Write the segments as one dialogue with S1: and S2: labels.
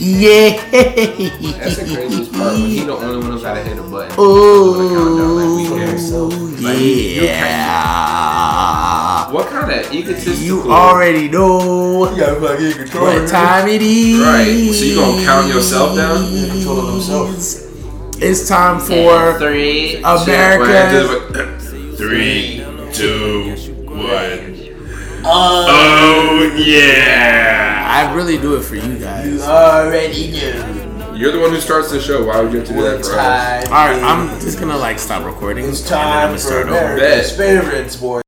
S1: Yeah.
S2: That's the craziest part. When he the only one who's how to hit a button.
S1: Oh,
S2: On the countdown, like, we there, so, like, you can't-
S1: yeah.
S2: What kind of egotistical?
S1: You already know
S3: You gotta fucking control
S1: what time it is.
S2: Right. So you gonna count yourself down?
S3: Yeah, control of himself.
S1: It's time for
S2: three
S1: America.
S2: Three, two, one. Oh yeah!
S1: I really do it for you guys.
S3: already knew.
S2: You're the one who starts the show. Why would you have to do that for us?
S1: All right, I'm just gonna like stop recording and
S3: It's
S1: then I'm
S3: time
S1: gonna
S3: for
S1: start over.
S3: America's favorites, boy.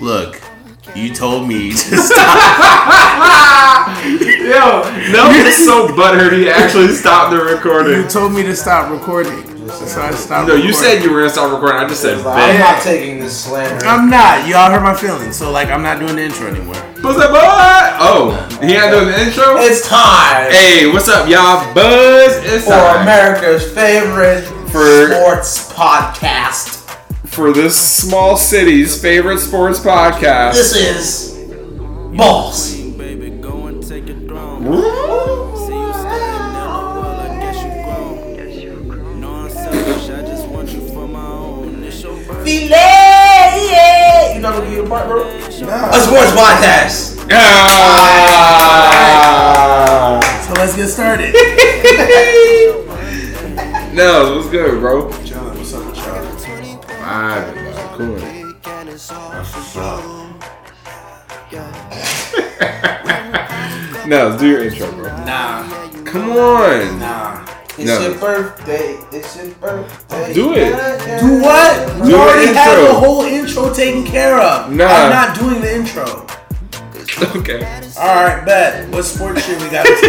S1: Look, you told me to stop.
S2: Yo, no, it's so buttered. He actually stopped the recording.
S1: You told me to stop recording, so I stopped.
S2: No, you
S1: recording.
S2: said you were gonna stop recording. I just said
S3: I'm
S2: bet.
S3: not taking this slander.
S1: I'm not. Y'all hurt my feelings, so like I'm not doing the intro anymore.
S2: What's up, bud? Oh, he had done the intro.
S3: It's time
S2: Hey, what's up, y'all? Buzz. It's
S3: for
S2: time
S3: America's favorite
S2: For-
S3: sports podcast.
S2: for this small city's favorite sports podcast.
S3: This is Balls.
S4: Baby, go and take your throne.
S2: Woo!
S4: See you standing in the world, I guess you grown. No, I'm selfish, I just want you for my own. It's your birthday.
S3: Filet! You know what you part, bro? A sports podcast.
S2: Ah.
S1: So let's get started.
S2: No, what's good, bro?
S3: John, what's up with y'all?
S2: I've been like, cool. No, do your intro, bro.
S3: Nah,
S2: Come on.
S3: nah. It's
S2: No.
S3: your birthday. It's your birthday.
S2: Do it.
S1: Do what? We
S2: Do an
S1: already have
S2: intro.
S1: the whole intro taken care of.
S2: Nah.
S1: I'm not doing the intro.
S2: Okay.
S1: All right, bet. What sports shit we got? to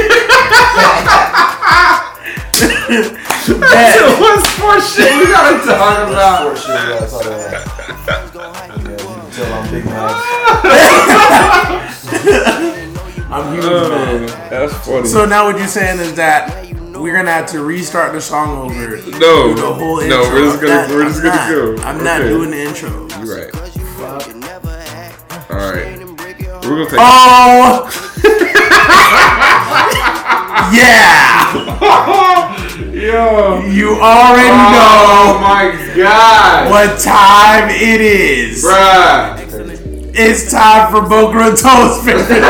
S1: Bet.
S2: What's more shit we gotta talk about?
S3: Sports shit, yeah, that's all that. Yeah, you can tell I'm big mouth.
S1: I'm huge,
S2: Oh,
S1: man.
S2: that's funny.
S1: So now what you're saying is that we're gonna have to restart the song over. No,
S2: no,
S1: the whole intro.
S2: no, we're just
S1: I'm
S2: gonna
S1: not-
S2: we're just
S1: I'm
S2: gonna
S1: not,
S2: go.
S1: I'm not
S2: Okay.
S1: doing the intro.
S2: You're right. All right. We're gonna take.
S1: Oh. yeah.
S2: Yo.
S1: You already
S2: Oh
S1: know
S2: my god.
S1: what time it is.
S2: Bruh.
S1: It's time for Boca Raton's favorite.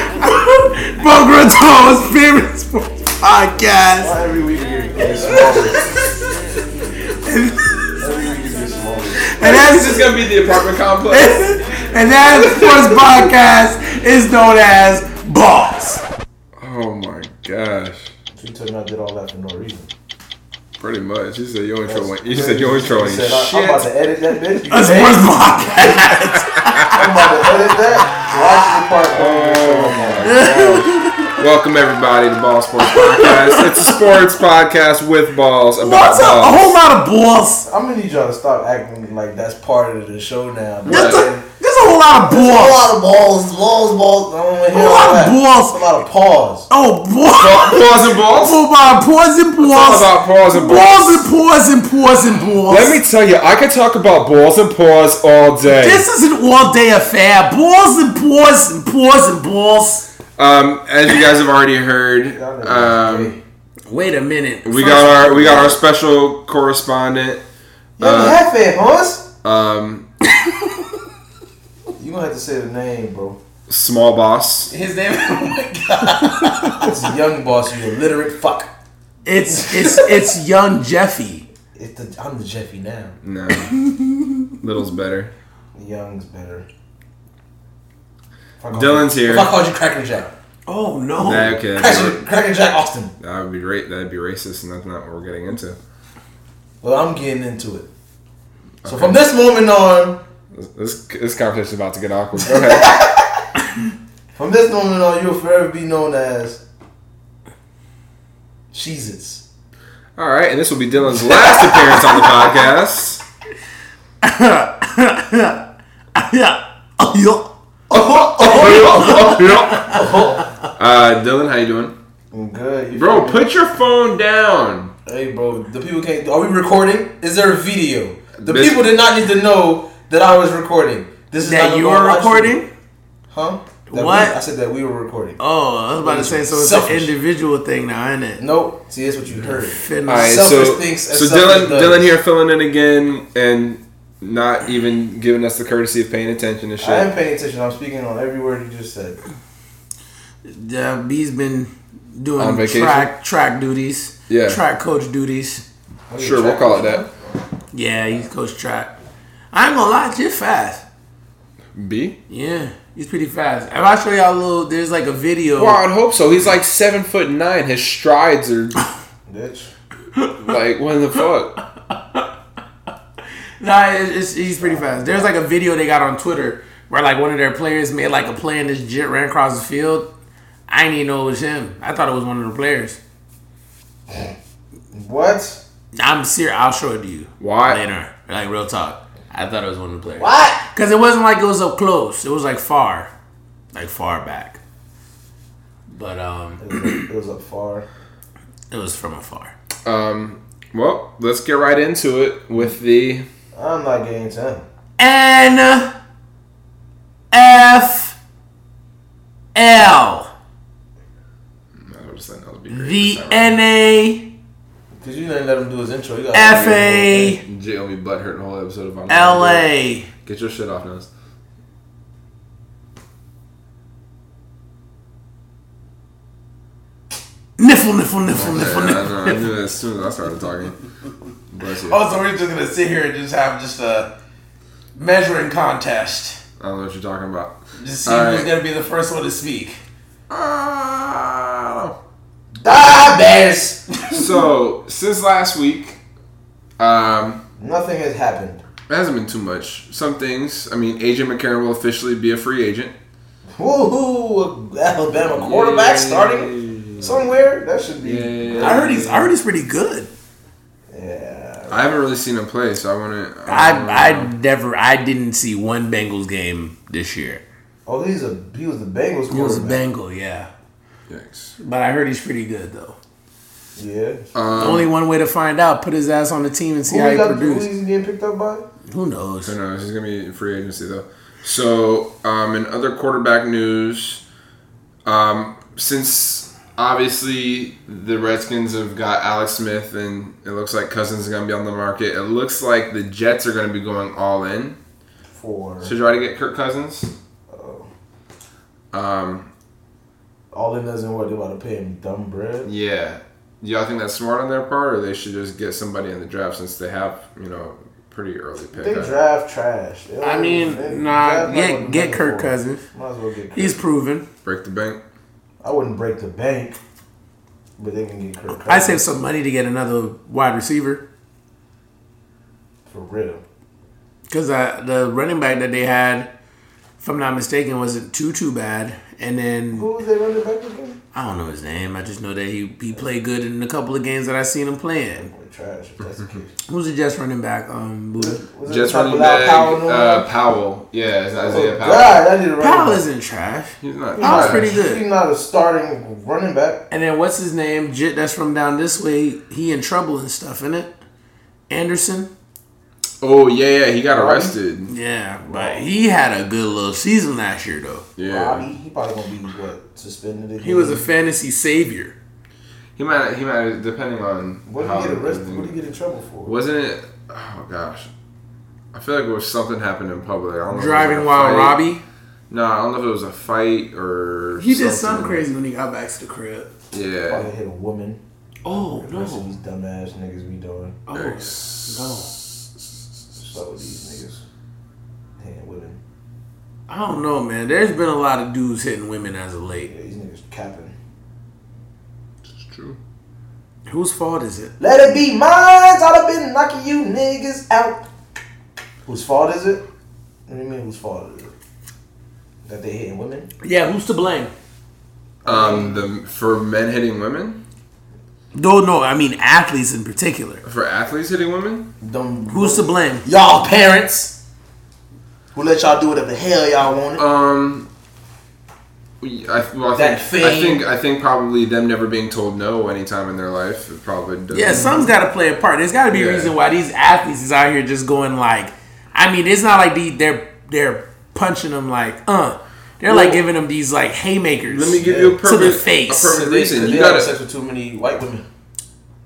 S1: Boca Raton's favorite sports podcast.
S3: Why every week you give me small Every week you give me small
S1: And
S2: This
S1: that's
S2: is gonna be the apartment complex.
S1: and that sports podcast is known as Boss.
S2: Oh my gosh.
S3: You told me I did all that for no reason.
S2: Pretty much. He said your intro went. He said your intro ain't
S3: You said, I- I'm about
S2: shit.
S3: to edit that bitch. You
S1: A
S3: said,
S1: sports podcast.
S3: I'm about to edit that. Watch the part.
S2: Oh my god. Welcome everybody to Ball Sports Podcast. It's a sports podcast with balls about
S1: What's up? A
S2: balls.
S1: whole lot of balls.
S3: I'm gonna need y'all to stop acting like that's part of the show now. bro.
S1: That's
S3: Like,
S1: a, there's a whole lot of
S3: a
S1: balls.
S3: lot of balls, balls, balls. I don't want to
S1: A
S3: hear all
S1: lot of
S3: that. It's a
S1: balls.
S3: lot of paws.
S1: Oh,
S2: Ba-
S1: balls.
S2: balls and balls.
S1: Oh, my paws and
S2: All
S1: balls.
S2: about balls and
S1: Balls
S2: balls.
S1: and paws and paws and balls.
S2: Let me tell you, I could talk about balls and paws all day.
S1: This is an all day affair. Balls and paws and paws and balls.
S2: um, as you guys have already heard, um,
S1: Wait a minute.
S2: we got our we got our special correspondent.
S3: you don't have it, Hans.
S2: Um,
S3: You gonna have to say the name, bro.
S2: small boss.
S1: his
S3: oh
S1: name.
S3: It's a young boss, you illiterate fuck.
S1: It's it's it's young Jeffy.
S3: It's the, I'm the Jeffy now.
S2: No, little's better.
S3: The young's better. If I call
S2: Dylan's
S3: you-
S2: here.
S3: If I called you Cracker Jack,
S1: Oh no.
S2: Nah, okay, that'd be-
S3: Cracker, Cracker Jack Austin.
S2: that would be ra- that'd be racist, and that's not what we're getting into.
S3: Well, I'm getting into it. So from this moment on,
S2: This this, this conversation's about to get awkward. Go ahead.
S3: from this moment on, you'll forever be known as Cheez-Its.
S2: All right, and this will be Dylan's last appearance on the podcast.
S1: Yeah. Oh, yo.
S2: Uh, Dylan, how you doing,
S3: I'm good. You
S2: bro? Put your phone down.
S3: Hey, bro, the people can't. Are we recording? Is there a video? The
S2: This-
S3: people did not need to know that I was recording. This is not
S1: That
S3: gonna
S1: you
S3: go
S1: are
S3: on live stream.
S1: recording?
S3: Huh? That
S1: What?
S3: we- I said that we were recording.
S1: Oh, I was about to say, so it's
S3: Selfish.
S1: an individual thing now, isn't it?
S3: Nope. See, that's what you heard.
S1: Fitness.
S2: All right,
S3: Selfish
S2: so
S3: thinks as
S2: so
S3: selfish
S2: Dylan
S3: does.
S2: Dylan here filling in again and not even giving us the courtesy of paying attention to shit.
S3: I am paying attention. I'm speaking on every word you just said.
S1: Yeah, B's been
S2: On
S1: doing
S2: vacation?
S1: track track duties.
S2: Yeah.
S1: Track coach duties.
S3: What are you,
S2: Sure, we'll
S3: track
S2: call it
S3: coach?
S2: that.
S1: Yeah, he's coach track. I ain't gonna lie, you're fast.
S2: B.
S1: Yeah, he's pretty fast. If I show y'all a little, there's like a video.
S2: Well, I'd hope so. He's like seven foot nine. His strides are
S3: Bitch.
S2: like what the fuck?
S1: Nah, it's, it's, he's pretty fast. There's like a video they got on Twitter where like one of their players made like a play and this jit ran across the field. I didn't even know it was him. I thought it was one of the players.
S3: What?
S1: I'm serious. I'll show it to you
S2: Why?
S1: later. Like real talk. I thought it was one of the players.
S3: What?
S1: Because it wasn't like it was up close. It was like far, like far back. But um,
S3: It was up far.
S1: it was from afar.
S2: Um. Well, let's get right into it with the
S3: I'm not getting ten.
S1: N F L.
S2: I was saying that would be
S1: The
S2: great.
S1: N A
S3: Cause you didn't let him do his intro. You gotta
S1: F A
S2: J will be butt hurt the whole episode of I'm
S1: L A.
S2: Get your shit off us.
S1: Niffle, niffle, niffle, niffle,
S2: I,
S1: niffle.
S2: know, I knew that as soon as I started talking. Bless you. I
S5: Oh, so we're just gonna sit here and just have just a measuring contest.
S2: don't know what you're talking about.
S5: Just see
S2: All
S5: who's
S2: right.
S5: gonna be the first one to speak.
S2: Ah.
S3: Die, bears.
S2: so since last week, um,
S3: Nothing has happened.
S2: it hasn't been too much. Some things. I mean, AJ McCarron will officially be a free agent.
S3: Woohoo! Alabama quarterback starting somewhere. That should be.
S2: Yeah.
S1: I heard he's I heard he's pretty good.
S3: Yeah.
S2: I haven't really seen him play, so I want to.
S1: I I never I didn't see one Bengals game this year.
S3: Oh, he's a he was the Bengals quarterback.
S1: He was a Bengal, yeah.
S2: Yikes.
S1: But I heard he's pretty good though.
S3: Yeah.
S2: Um,
S1: Only one way to find out: put his ass on the team and see
S3: Who
S1: how
S3: he
S1: he
S3: got- who
S1: produces.
S3: he's getting picked up by?
S1: Who knows?
S2: Who knows? He's gonna be in free agency though. So, um, in other quarterback news, um, since obviously the Redskins have got Alex Smith, and it looks like Cousins is gonna be on the market. It looks like the Jets are gonna be going all in
S3: For
S2: to try to get Kirk Cousins.
S3: Oh.
S2: Um,
S3: all in doesn't work. They about to pay him dumb bread.
S2: yeah. Do y'all think that's smart on their part, or they should just get somebody in the draft since they have you know pretty early pick?
S3: They
S2: I-
S3: draft trash. They
S1: I
S3: don't-
S1: mean,
S3: they
S1: nah,
S3: draft not what
S1: get
S3: they're
S1: get
S3: looking
S1: Kirk
S3: for.
S1: Cousins.
S3: Might as well get Kirk.
S1: He's proven.
S2: break the bank.
S3: I wouldn't break the bank, but they can get Kirk Cousins.
S1: I saved some money to get another wide receiver
S3: for real.
S1: because the running back that they had, if I'm not mistaken, wasn't too too bad. And then
S3: Who was they running back again?
S1: I don't know his name. I just know that he he played good in a couple of games that I seen him playing.
S3: Boy, trash. If that's the case.
S1: Who's the Jets running back? Um, Buddha.
S3: Was it
S2: Jets
S3: the type
S2: running
S3: without
S2: back
S3: Powell no
S2: uh,
S3: more?
S2: Powell. Yeah, it's Isaiah
S3: oh,
S2: Powell.
S3: God, that did
S1: Powell isn't trash.
S2: He's not.
S1: Powell's
S2: trash.
S1: pretty good.
S3: He's not a starting running back.
S1: And then what's his name? Jit that's from down this way. He in trouble and stuff, in it. Anderson.
S2: Oh yeah, yeah, he got
S3: Robbie?
S2: arrested.
S1: Yeah, but he had a good little season last year though.
S2: Yeah,
S3: Robbie, he probably gonna be what suspended. Again.
S1: He was a fantasy savior.
S2: he might. He might. Depending on
S3: What did
S2: how
S3: he get arrested?
S2: everything-
S3: What did he get in trouble for?
S2: Wasn't it? Oh gosh, I feel like it was something happened in public. I don't know if it Oh, was
S1: Driving
S2: a
S1: while
S2: fight.
S1: Robbie.
S2: No, I don't know if it was a fight or.
S1: He did something
S2: something.
S1: crazy when he got back to the crib.
S2: Yeah.
S3: Probably hit a woman.
S1: Oh
S3: The rest of
S1: no!
S3: these dumbass niggas be doing.
S1: Oh no!
S3: So these niggas hitting women.
S1: I don't know, man. There's been a lot of dudes hitting women as of late.
S3: Yeah, these niggas capping.
S2: It's true.
S1: Whose fault is it?
S3: Let it be mine. I'd have been knocking you niggas out. Whose fault is it? What do you mean whose fault is it? That they hitting women?
S1: Yeah, who's to blame?
S2: Um, the for men hitting women,
S1: No, no. I mean athletes in particular.
S2: for athletes hitting women.
S3: Them
S1: Who's to blame?
S3: y'all parents who let y'all do whatever the hell y'all wanted.
S2: Um. we- I, well, I,
S3: That
S2: think, I
S3: fame.
S2: think I think probably them never being told no anytime in their life it probably doesn't.
S1: Yeah, something's got to play a part. There's got to be
S2: Yeah.
S1: a reason why these athletes is out here just going like, I mean, it's not like the, they're they're punching them like, uh, They're like giving them these like haymakers.
S2: Let me give you a
S3: To
S1: the
S2: perfect,
S1: face.
S2: A
S1: To
S2: perfect
S3: They,
S2: reason.
S3: they
S2: Uh, You
S3: have
S2: got
S3: sex
S2: it.
S3: with too many white women.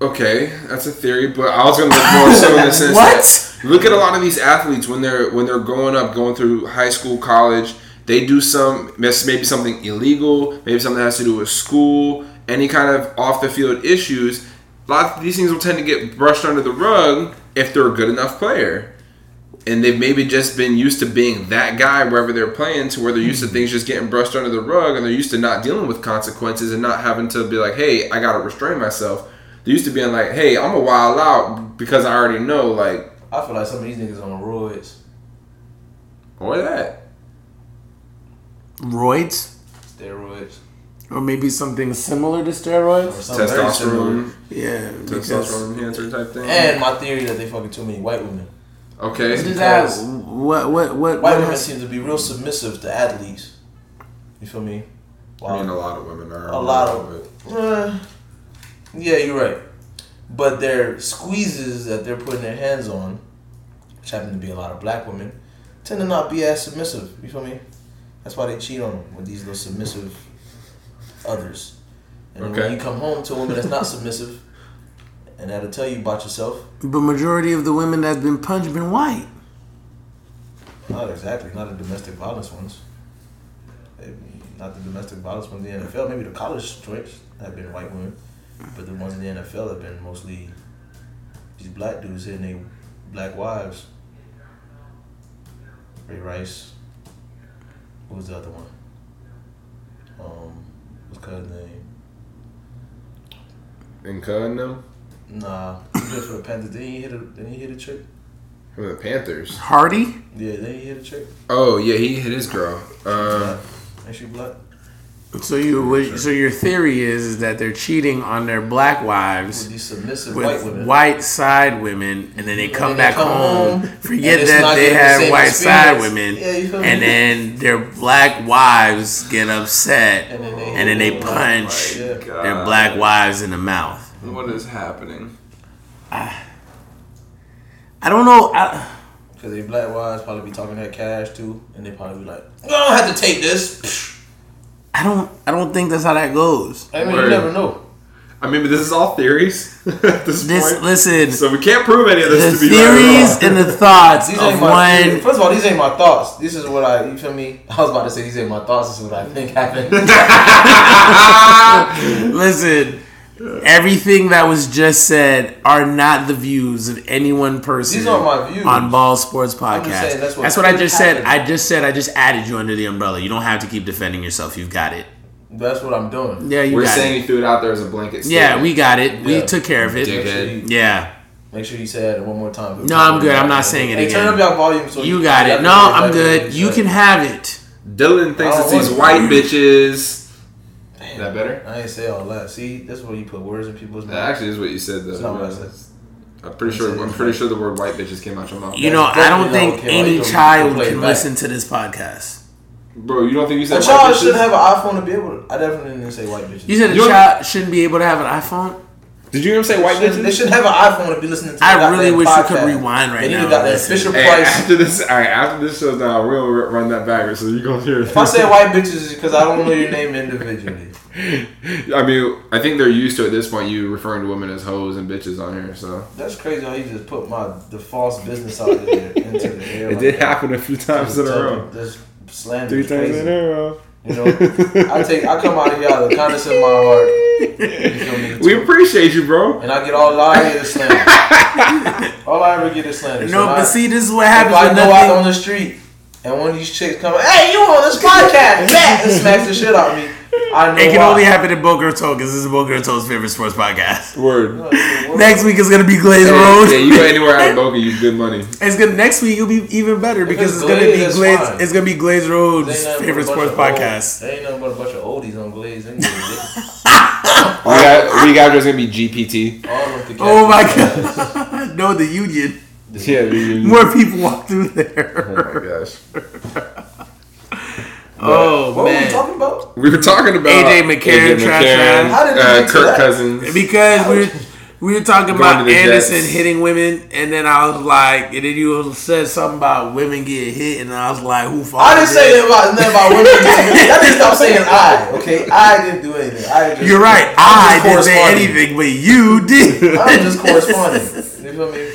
S2: Okay, that's a theory, but I was gonna look more so in the sense
S1: What?
S2: that- look at a lot of these athletes when they're when they're growing up, going through high school, college. They do some that's maybe something illegal, maybe something that has to do with school, any kind of off the field issues. Lots these things will tend to get brushed under the rug if they're a good enough player. and they've maybe just been used to being that guy wherever they're playing to where they're used to things just getting brushed under the rug and they're used to not dealing with consequences and not having to be like hey i gotta restrain myself they're used to being like hey i'm a wild out because i already know like
S3: I feel like some of these niggas on roids.
S2: or that
S1: Roids,
S3: Steroids.
S1: or maybe something similar to steroids.
S3: something Oh, very similar.
S2: testosterone
S1: Yeah, because
S2: testosterone enhancer type thing
S3: And my theory that they fucking too many white women.
S2: okay
S1: Just ask, what what what what
S3: White women
S1: has-
S3: seem to be real submissive to athletes. You feel me?
S2: i mean a lot of women are
S3: A lot of- Uh, yeah, you're right. But their squeezes that they're putting their hands on, which happen to be a lot of black women, tend to not be as submissive. You feel me? That's why they cheat on them with these little submissive others. And
S2: Okay.
S3: when you come home to a woman that's not submissive, and that'll tell you about yourself,
S1: But majority of the women that's been punched been white.
S3: not exactly, not the domestic violence ones. Maybe Not the domestic violence ones in the NFL. Maybe the college joints have been white women, but the ones in the NFL have been mostly these black dudes and they black wives. Ray Rice. What was the other one? Um, what's his name?
S2: and cutting them
S3: Nah, he played for the Panthers. Didn't he hit a? Didn't he hit a trick?
S2: from the panthers
S1: Hardy,
S3: Yeah, didn't he hit a trick?
S2: oh yeah he hit his girl uh,
S3: Ain't she black?
S1: so you what- so your theory is is that they're cheating on their black
S3: With
S1: wives.
S3: these submissive
S1: With
S3: white
S1: white,
S3: women.
S1: side women, and then they come
S3: then they
S1: back
S3: come
S1: home,
S3: home, and
S1: forget
S3: it's
S1: that
S3: not
S1: they
S3: gonna be the
S1: had
S3: same
S1: white side
S3: experience.
S1: women,
S3: Yeah, you feel
S1: and
S3: me?
S1: then their black wives get upset,
S3: And then they-
S1: and then they
S3: Oh,
S1: punch
S3: yeah.
S1: their black wives in the mouth.
S2: what is happening
S1: I don't know. I,
S3: Because they black wives probably be talking that cash too, and they probably be like, "I don't have to take this."
S1: I don't. I don't think that's how that goes.
S3: I mean,
S2: Word.
S3: you never know.
S2: i mean but this is all theories at this,
S1: This
S2: point
S1: listen.
S2: so we can't prove any of
S1: the
S2: this to be right at all.
S1: theories and the thoughts
S3: These
S1: of
S3: ain't my.
S1: one.
S3: First of all, these ain't my thoughts. This is what I. You feel me? I was about to say these ain't my thoughts. This is what I think happened.
S1: Listen, everything that was just said are not the views of any one person.
S3: These are my views.
S1: on Ball Sports
S3: just
S1: Podcast.
S3: saying,
S1: that's
S3: that's
S1: what,
S3: what
S1: I
S3: could
S1: just said.
S3: happen.
S1: I just said. I just added you under the umbrella. You don't have to keep defending yourself. You've got it.
S3: That's what I'm doing.
S1: Yeah, you
S2: We're
S1: got
S2: saying
S1: it.
S2: you threw it out there as a blanket.
S1: Yeah,
S2: statement.
S1: we got it. We
S3: Yeah.
S1: took care of it.
S2: Dickhead.
S3: Make sure you,
S1: Yeah.
S3: make sure you say that one more time.
S1: No, I'm good. I'm not saying it
S3: Hey, turn
S1: again.
S3: up your volume. So
S1: You got it. No, I'm good. You can have it.
S2: Dylan thinks
S3: I don't
S2: it's these
S3: want
S2: white bitches. Is that better?
S3: I ain't say all that. See, that's where you put words in people's mouth.
S2: That actually is what you said
S3: That's not what I
S2: though.
S3: said.
S2: I'm pretty sure. I'm pretty sure the word white bitches came out your mouth.
S1: You know, I don't
S3: definitely
S1: think
S3: not okay.
S1: any
S3: Like,
S1: child
S3: play it
S1: can
S3: back.
S1: listen to this podcast.
S2: bro, you don't think you said
S3: But
S2: white
S3: y'all should
S2: bitches?
S3: have an iPhone to be able to. I definitely didn't say white bitches.
S1: You said a
S2: You're-
S1: child shouldn't be able to have an iPhone.
S2: Did you even say white
S3: They should- They
S2: bitches?
S3: should have an iPhone to be listening to. the
S1: I really
S3: goddamn
S1: wish we could
S3: podcast.
S1: rewind right
S3: they
S1: now
S3: They need to got
S1: and
S3: the
S1: listen.
S3: official
S2: Hey,
S3: price.
S2: after this, all right, after this show's down, we'll r- run that back. So you gonna hear.
S3: If I say white bitches, it's because I don't know your name individually.
S2: I mean, I think they're used to at this point you referring to women as hoes and bitches on here. So
S3: That's crazy how you just put my the false business out there into the air.
S2: it
S3: like
S2: did
S3: that.
S2: happen a few times in a
S3: Tell
S2: row.
S3: them This slander
S2: Three
S3: is
S2: times in
S3: crazy.
S2: a row.
S3: You know, I take I come out of y'all the kindness of my heart. You feel me?
S2: We appreciate you, bro.
S3: and I get all I get is slander. all I ever get is slander.
S1: No,
S3: So
S1: but
S3: now-
S1: see, this is what
S3: If
S1: happens
S3: I
S1: when
S3: go out on
S1: nothing.
S3: the street and one of these chicks come, hey, you on this podcast? Back and smacks the shit out of me. I know
S1: It can
S3: why.
S1: only happen at Boca Raton because this is Boca Raton's favorite sports podcast.
S2: Word.
S1: Next week is gonna be Glaze Road.
S2: Yeah, you go anywhere out of Boca, you good money.
S1: It's gonna next week. You'll be even better because
S3: it's
S1: it's gonna
S3: Glaze,
S1: be
S3: that's
S1: Glaze.
S3: fine.
S1: It's gonna be Glaze Road's
S3: They ain't nothing but a
S1: favorite
S3: bunch
S1: sports
S3: of
S1: podcast.
S3: Old, they ain't nothing but a bunch of oldies on Glaze. Anyway.
S2: We got, we got there's gonna be GPT.
S3: All of the
S1: Oh my god! no, the Union.
S2: Yeah, we-
S1: More people walk through
S2: Oh
S1: there.
S2: my gosh.
S1: Oh,
S3: What were we
S1: man!
S3: talking about?
S2: We were talking about
S1: AJ McCarron, Trash Trash.
S3: How did we
S2: uh,
S3: get to
S2: Kirk
S3: that?
S2: Cousins.
S1: Because we we were talking
S2: Going
S1: about
S2: to the
S1: Anderson
S2: Jets.
S1: hitting women, and then I was like, and then you said something about women getting hit, and I was like, who fought?
S3: I didn't say that about nothing about women. That just stop saying I. Okay, I didn't do anything. I just,
S1: You're right. I
S3: I'm
S1: didn't
S3: just
S1: say
S3: corresponding.
S1: anything, but you did.
S3: I'm just corresponding. You feel me?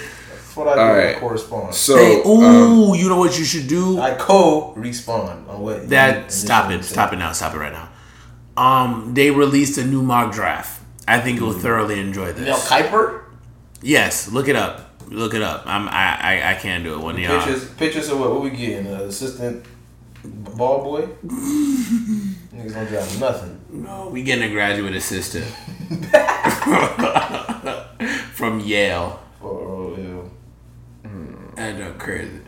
S3: That's what I do.
S2: All
S3: I
S2: right.
S3: Correspond.
S2: So,
S1: Hey,
S2: um,
S1: ooh, you know what you should do?
S3: I co-respond on what. you
S1: That stop
S3: initially
S1: it, stop it now, stop it right now. Um, they released a new mock draft. I think
S3: Mm-hmm.
S1: you'll thoroughly enjoy
S3: said. Mel
S1: this.
S3: Kiper.
S1: Yes, look it up, look it up. I'm, I, I, I can't do it when y'all.
S3: Pictures, pictures of what? What we getting? An assistant ball boy? Niggas don't drive nothing.
S1: No, we getting a graduate assistant from Yale.
S3: Or, or, ew.
S1: I don't crazy.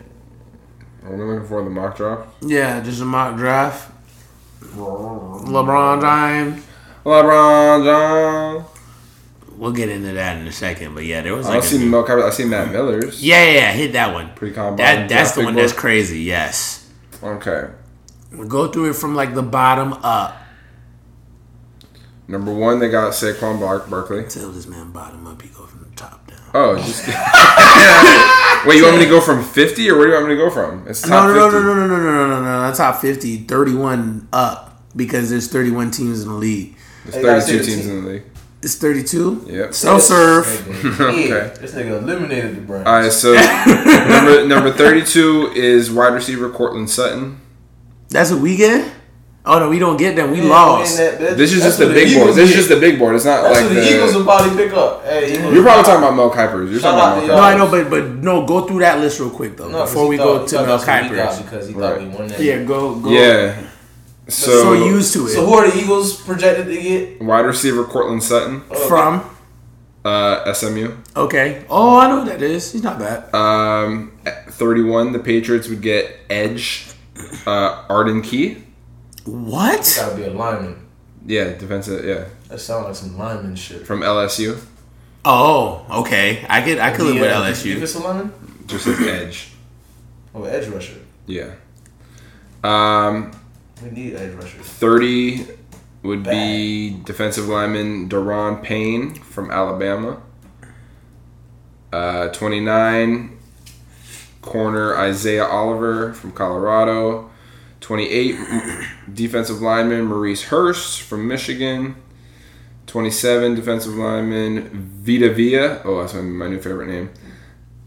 S2: what am I looking for the mock draft?
S1: Yeah, just a mock draft. LeBron James.
S2: LeBron John.
S1: We'll get into that in a second, but yeah, there was
S2: I don't
S1: like a
S2: see Mel Kiper. I see Matt Miller's.
S1: Yeah, yeah, yeah, hit that one.
S2: Pretty common.
S1: That that's the one that's crazy. Yes,
S2: Okay.
S1: go through it from like the bottom up.
S2: Number one, they got Saquon Bark- Barkley.
S1: Tell this man bottom up, he go from the top down.
S2: Oh, just wait. You want me to go from fifty, or where do you want me to go from? It's top
S1: No, no, no,
S2: 50.
S1: no, no, no, no, no, no, no, no. Top 50, 31 up because there's 31 teams in the league.
S2: There's
S3: They got
S2: thirty-two
S3: 15.
S2: teams in the league.
S1: It's 32.
S2: Yep.
S1: So serve.
S3: Nigga, yeah,
S2: Okay.
S3: This nigga eliminated the brand.
S2: All right, so number number thirty-two is wide receiver Cortland Sutton.
S1: That's what we get. Oh no, we don't get them. We lost.
S2: This is just the big board. This is just the big board. It's not
S3: That's
S2: like
S3: what the, Eagles will
S2: the.
S3: probably pick up. Hey, Eagles.
S2: You're probably talking about Mel Kiper's. You're
S3: Shout out
S2: talking
S3: to
S2: about
S1: no,
S2: Mel
S3: y'all.
S1: I know, but but no, go through that list real quick though
S3: No, 'cause
S1: before
S3: he
S1: we
S3: thought-
S1: go
S3: he
S1: to
S3: thought
S1: Mel
S3: that's what we got
S1: Kiper's.
S3: because he
S2: Right.
S3: thought we won that.
S1: Yeah, go go.
S2: Kiper. Yeah. So,
S1: so used to it
S3: So who are the Eagles projected to get?
S2: wide receiver Cortland Sutton,
S1: from.
S2: uh, SMU.
S1: Okay. Oh, I know who that is. He's not
S3: Uh,
S1: bad.
S2: Um, at 31, the Patriots would get Edge, uh, Arden Key.
S1: What?
S3: Gotta be a lineman.
S2: Yeah, defensive. Yeah,
S3: That sounds like some lineman shit.
S2: from LSU.
S1: Oh, okay. I could I could live
S5: uh,
S3: Yeah,
S1: with
S3: If
S1: LSU.
S3: it's a lineman,
S2: Just like Edge.
S3: oh, edge rusher.
S2: Yeah. Um,
S3: We need edge rushers.
S2: 30 would be defensive lineman Daron Payne from Alabama. Uh, 29, corner Isaiah Oliver from Colorado. 28, m- defensive lineman Maurice Hurst from Michigan. 27, defensive lineman Vita Villa. Oh, that's my, my new favorite name.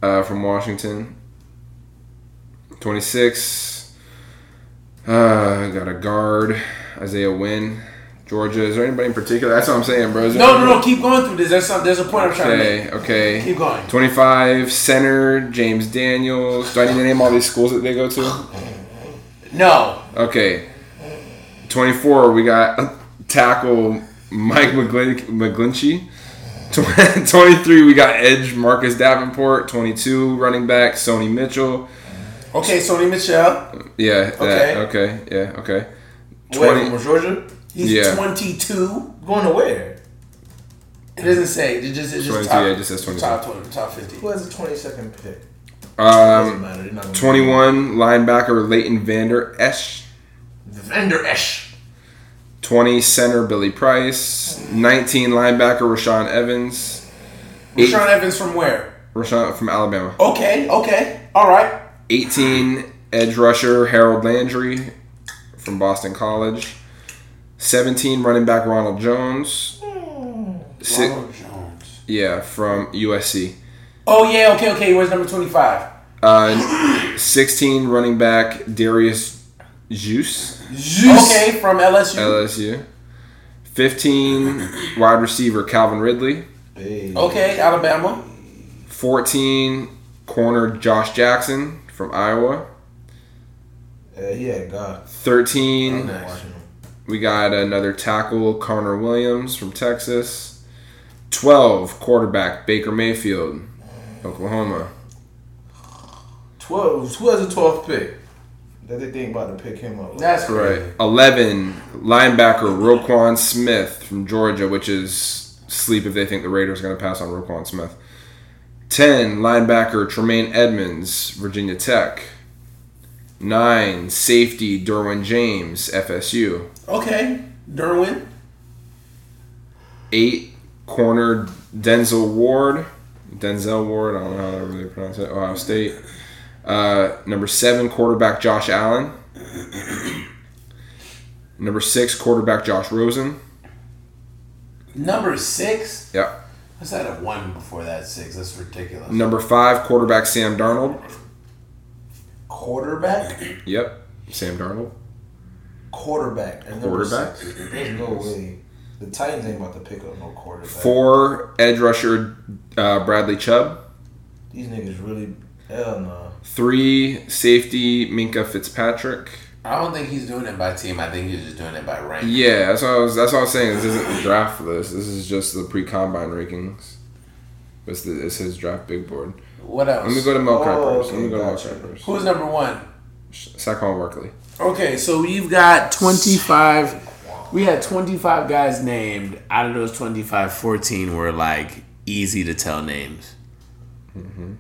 S2: Uh, from Washington. 26, uh, got a guard, Isaiah Wynn, Georgia. Is there anybody in particular? That's what I'm saying, bro. Is there
S5: No, no, no. Keep going through this. There's some. There's a point I'm trying to make.
S2: Okay, okay.
S5: Keep going.
S2: 25, center, James Daniels. Do I need to name all these schools that they go to?
S5: No.
S2: Okay. 24, we got tackle Mike McGlin- McGlinchey. Tw- 23, we got edge Marcus Davenport. 22, running back Sony Mitchell.
S5: Okay, Sony Michelle.
S2: Yeah, that. Okay, yeah, okay. 20
S3: Wait, from Georgia?
S5: He's
S2: Yeah.
S5: 22.
S3: Going to where?
S5: It doesn't say. It just, it just
S2: 22,
S5: top,
S2: yeah, it just says 22.
S5: Top 20, top 50.
S3: Who has a 22nd pick? Doesn't
S2: Um,
S3: matter. They're not gonna-
S2: 21, linebacker Leighton Vander Esch.
S5: Vander Esch.
S2: 20 center Billy Price, 19 linebacker Rashawn Evans, Eight-
S5: Sean Evans from where?
S2: Rashawn from Alabama,
S5: Okay, okay. All right.
S2: 18 edge rusher Harold Landry from Boston College, 17 running back Ronald Jones, si-
S5: Jones.
S2: yeah from USC,
S5: Oh, yeah, okay, okay. Where's number 25?
S2: uh, 16 running back Darius Juice
S5: Okay, from LSU.
S2: LSU, 15 wide receiver Calvin Ridley,
S3: Hey.
S5: Okay, Alabama.
S2: 14 corner Josh Jackson from Iowa.
S3: Uh, yeah, God.
S2: 13
S3: I'm watching them.
S2: we got another tackle connor williams from texas 12 quarterback baker mayfield oklahoma
S3: 12. Who has a 12th pick? That they think about to pick him up.
S5: That's
S2: right
S5: correct.
S2: 11 linebacker roquan smith from georgia which is sleep if they think the raiders are going to pass on roquan smith 10 linebacker tremaine edmonds virginia tech 9 safety derwin james fsu
S5: Okay, Derwin.
S2: eight corner Denzel Ward, Denzel Ward. I don't know how to really pronounce it. Ohio State. Uh, number seven, quarterback Josh Allen. number six, quarterback Josh Rosen.
S5: Number six?
S2: Yeah.
S5: I said a one before that six. That's ridiculous.
S2: Number five, quarterback Sam Darnold.
S3: Quarterback?
S2: Yep, Sam Darnold.
S3: Quarterback. And number
S2: Quarterback.
S3: six. There's no way. The Titans ain't about to pick up no quarterback.
S2: Four, edge rusher uh, Bradley Chubb.
S3: These niggas really. Hell no.
S2: Three, safety Minka Fitzpatrick.
S5: I don't think he's doing it by team. I think he's just doing it by rank.
S2: Yeah, that's what I was. That's what I was saying. This isn't the draft list. This is just the pre-combine rankings. It's, the, it's his draft big board.
S5: What else?
S2: Let me go to Mel
S3: Oh,
S2: Kiper.
S3: okay,
S2: Let me go to Mel
S3: gotcha.
S2: Kiper.
S5: Who's number one?
S2: Saquon Barkley.
S1: Okay, so you've got 25. We had 25 guys named. Out of those 25, 14 were like easy to tell names. Mm-hmm.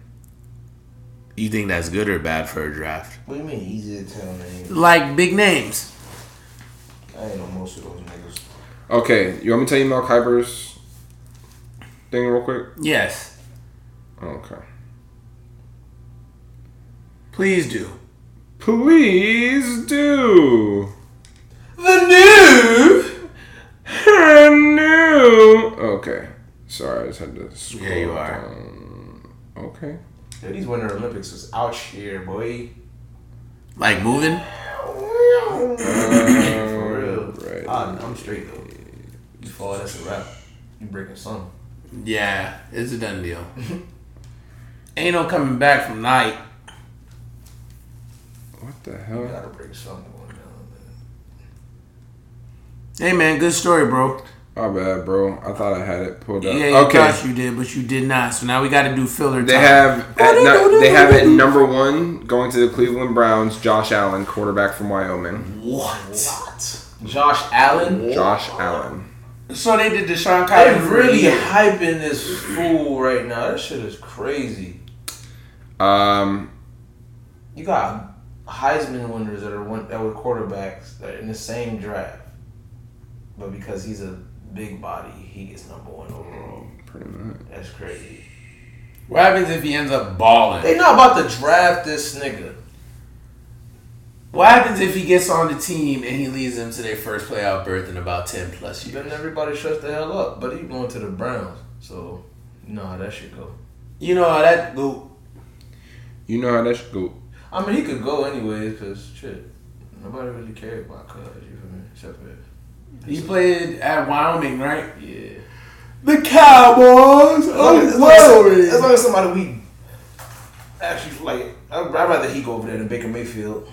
S1: You think that's good or bad for a draft?
S3: What do you mean easy to tell, man?
S1: Like big names.
S3: I ain't know most of those niggas.
S2: Okay, you want me to tell you Mel Kiper's thing real quick?
S1: Yes.
S2: Okay.
S1: Please do.
S2: Please do.
S3: The new.
S2: Hello. Okay. Sorry, I just had to scroll
S1: Yeah, you are.
S2: down. Okay.
S3: Yo, these Winter Olympics is out here, boy.
S1: Like moving?
S3: For real.
S2: Right.
S3: I'm, I'm straight though. You fall, that's a wrap. You breaking some.
S1: Yeah, it's a done deal. Ain't no coming back from night.
S2: What the
S3: You
S2: hell?
S3: gotta break some going down. man.
S1: Hey man, good story, bro.
S2: My bad, bro. I thought I had it pulled up.
S1: Yeah, you
S2: okay.
S1: thought you did, but you did not. So now we got to do filler.
S2: They
S1: time.
S2: have at nu- they have at number one going to the Cleveland Browns, Josh Allen, quarterback from Wyoming.
S5: What?
S3: Josh Allen.
S2: Josh Allen.
S5: So they did Deshaun
S3: They
S5: Kaiser
S3: really
S5: really.
S3: hyping this fool right now. That shit is crazy.
S2: Um,
S3: You got Heisman winners that are one, that were quarterbacks that are in the same draft, but because he's a big body, he gets number one overall.
S2: pretty much.
S3: That's crazy.
S5: What happens if he ends up balling?
S3: They not about to draft this nigga.
S1: What happens if he gets on the team and he leads them to their first playoff berth in about ten plus years?
S3: Then everybody shuts the hell up. But he going to the Browns, so you know how that should go.
S1: You know how that go.
S2: You know how that should go.
S3: I mean, he could go anyways, because shit, nobody really cared about Cuz, you feel me? Except for,
S1: He played at Wyoming, right?
S3: yeah.
S1: The Cowboys.
S3: As long as, as long as somebody we actually like, I'd, I'd rather he go over there than Baker Mayfield.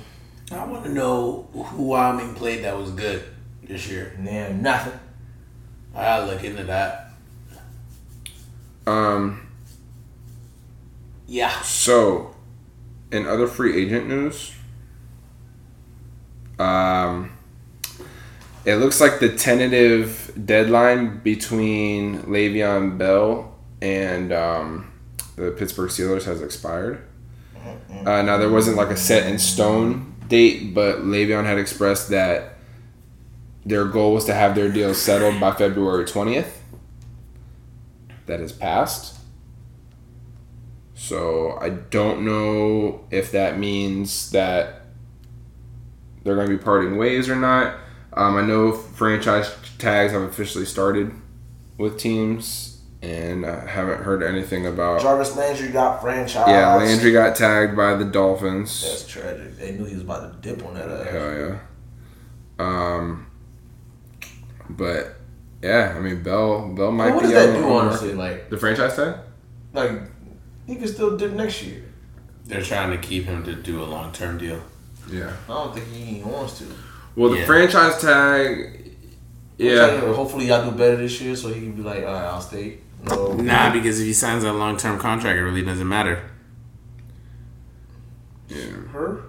S1: I want to know who Wyoming played that was good this year.
S3: Nah, nothing.
S1: I gotta look into that.
S2: Um,
S1: Yeah.
S2: so in other free agent news, um, it looks like the tentative deadline between Le'Veon Bell and um, the Pittsburgh Steelers has expired. Uh, now there wasn't like a set in stone date, but Le'Veon had expressed that their goal was to have their deal settled by February twentieth. That has passed. So I don't know if that means that they're going to be parting ways or not. Um, I know franchise tags have officially started with teams, and I haven't heard anything about.
S3: Jarvis Landry got franchised.
S2: Yeah, Landry got tagged by the Dolphins.
S3: That's tragic. They knew he was about to dip on that ass.
S2: Hell yeah. Um, but yeah, I mean Bell Bell might
S3: But what
S2: be
S3: does that
S2: on-
S3: do,
S2: on
S3: honestly? Like,
S2: The franchise tag?
S3: like he could still dip next year.
S1: They're trying to keep him to do a long term deal.
S2: Yeah.
S3: I don't think he even wants to.
S2: Well, the
S1: Yeah.
S2: franchise tag.
S3: Like,
S2: Yeah.
S3: hopefully, y'all do better this year, so he can be like, all right, I'll stay. No.
S1: Nah, because if he signs a long term contract, it really doesn't matter.
S2: yeah.
S3: Her?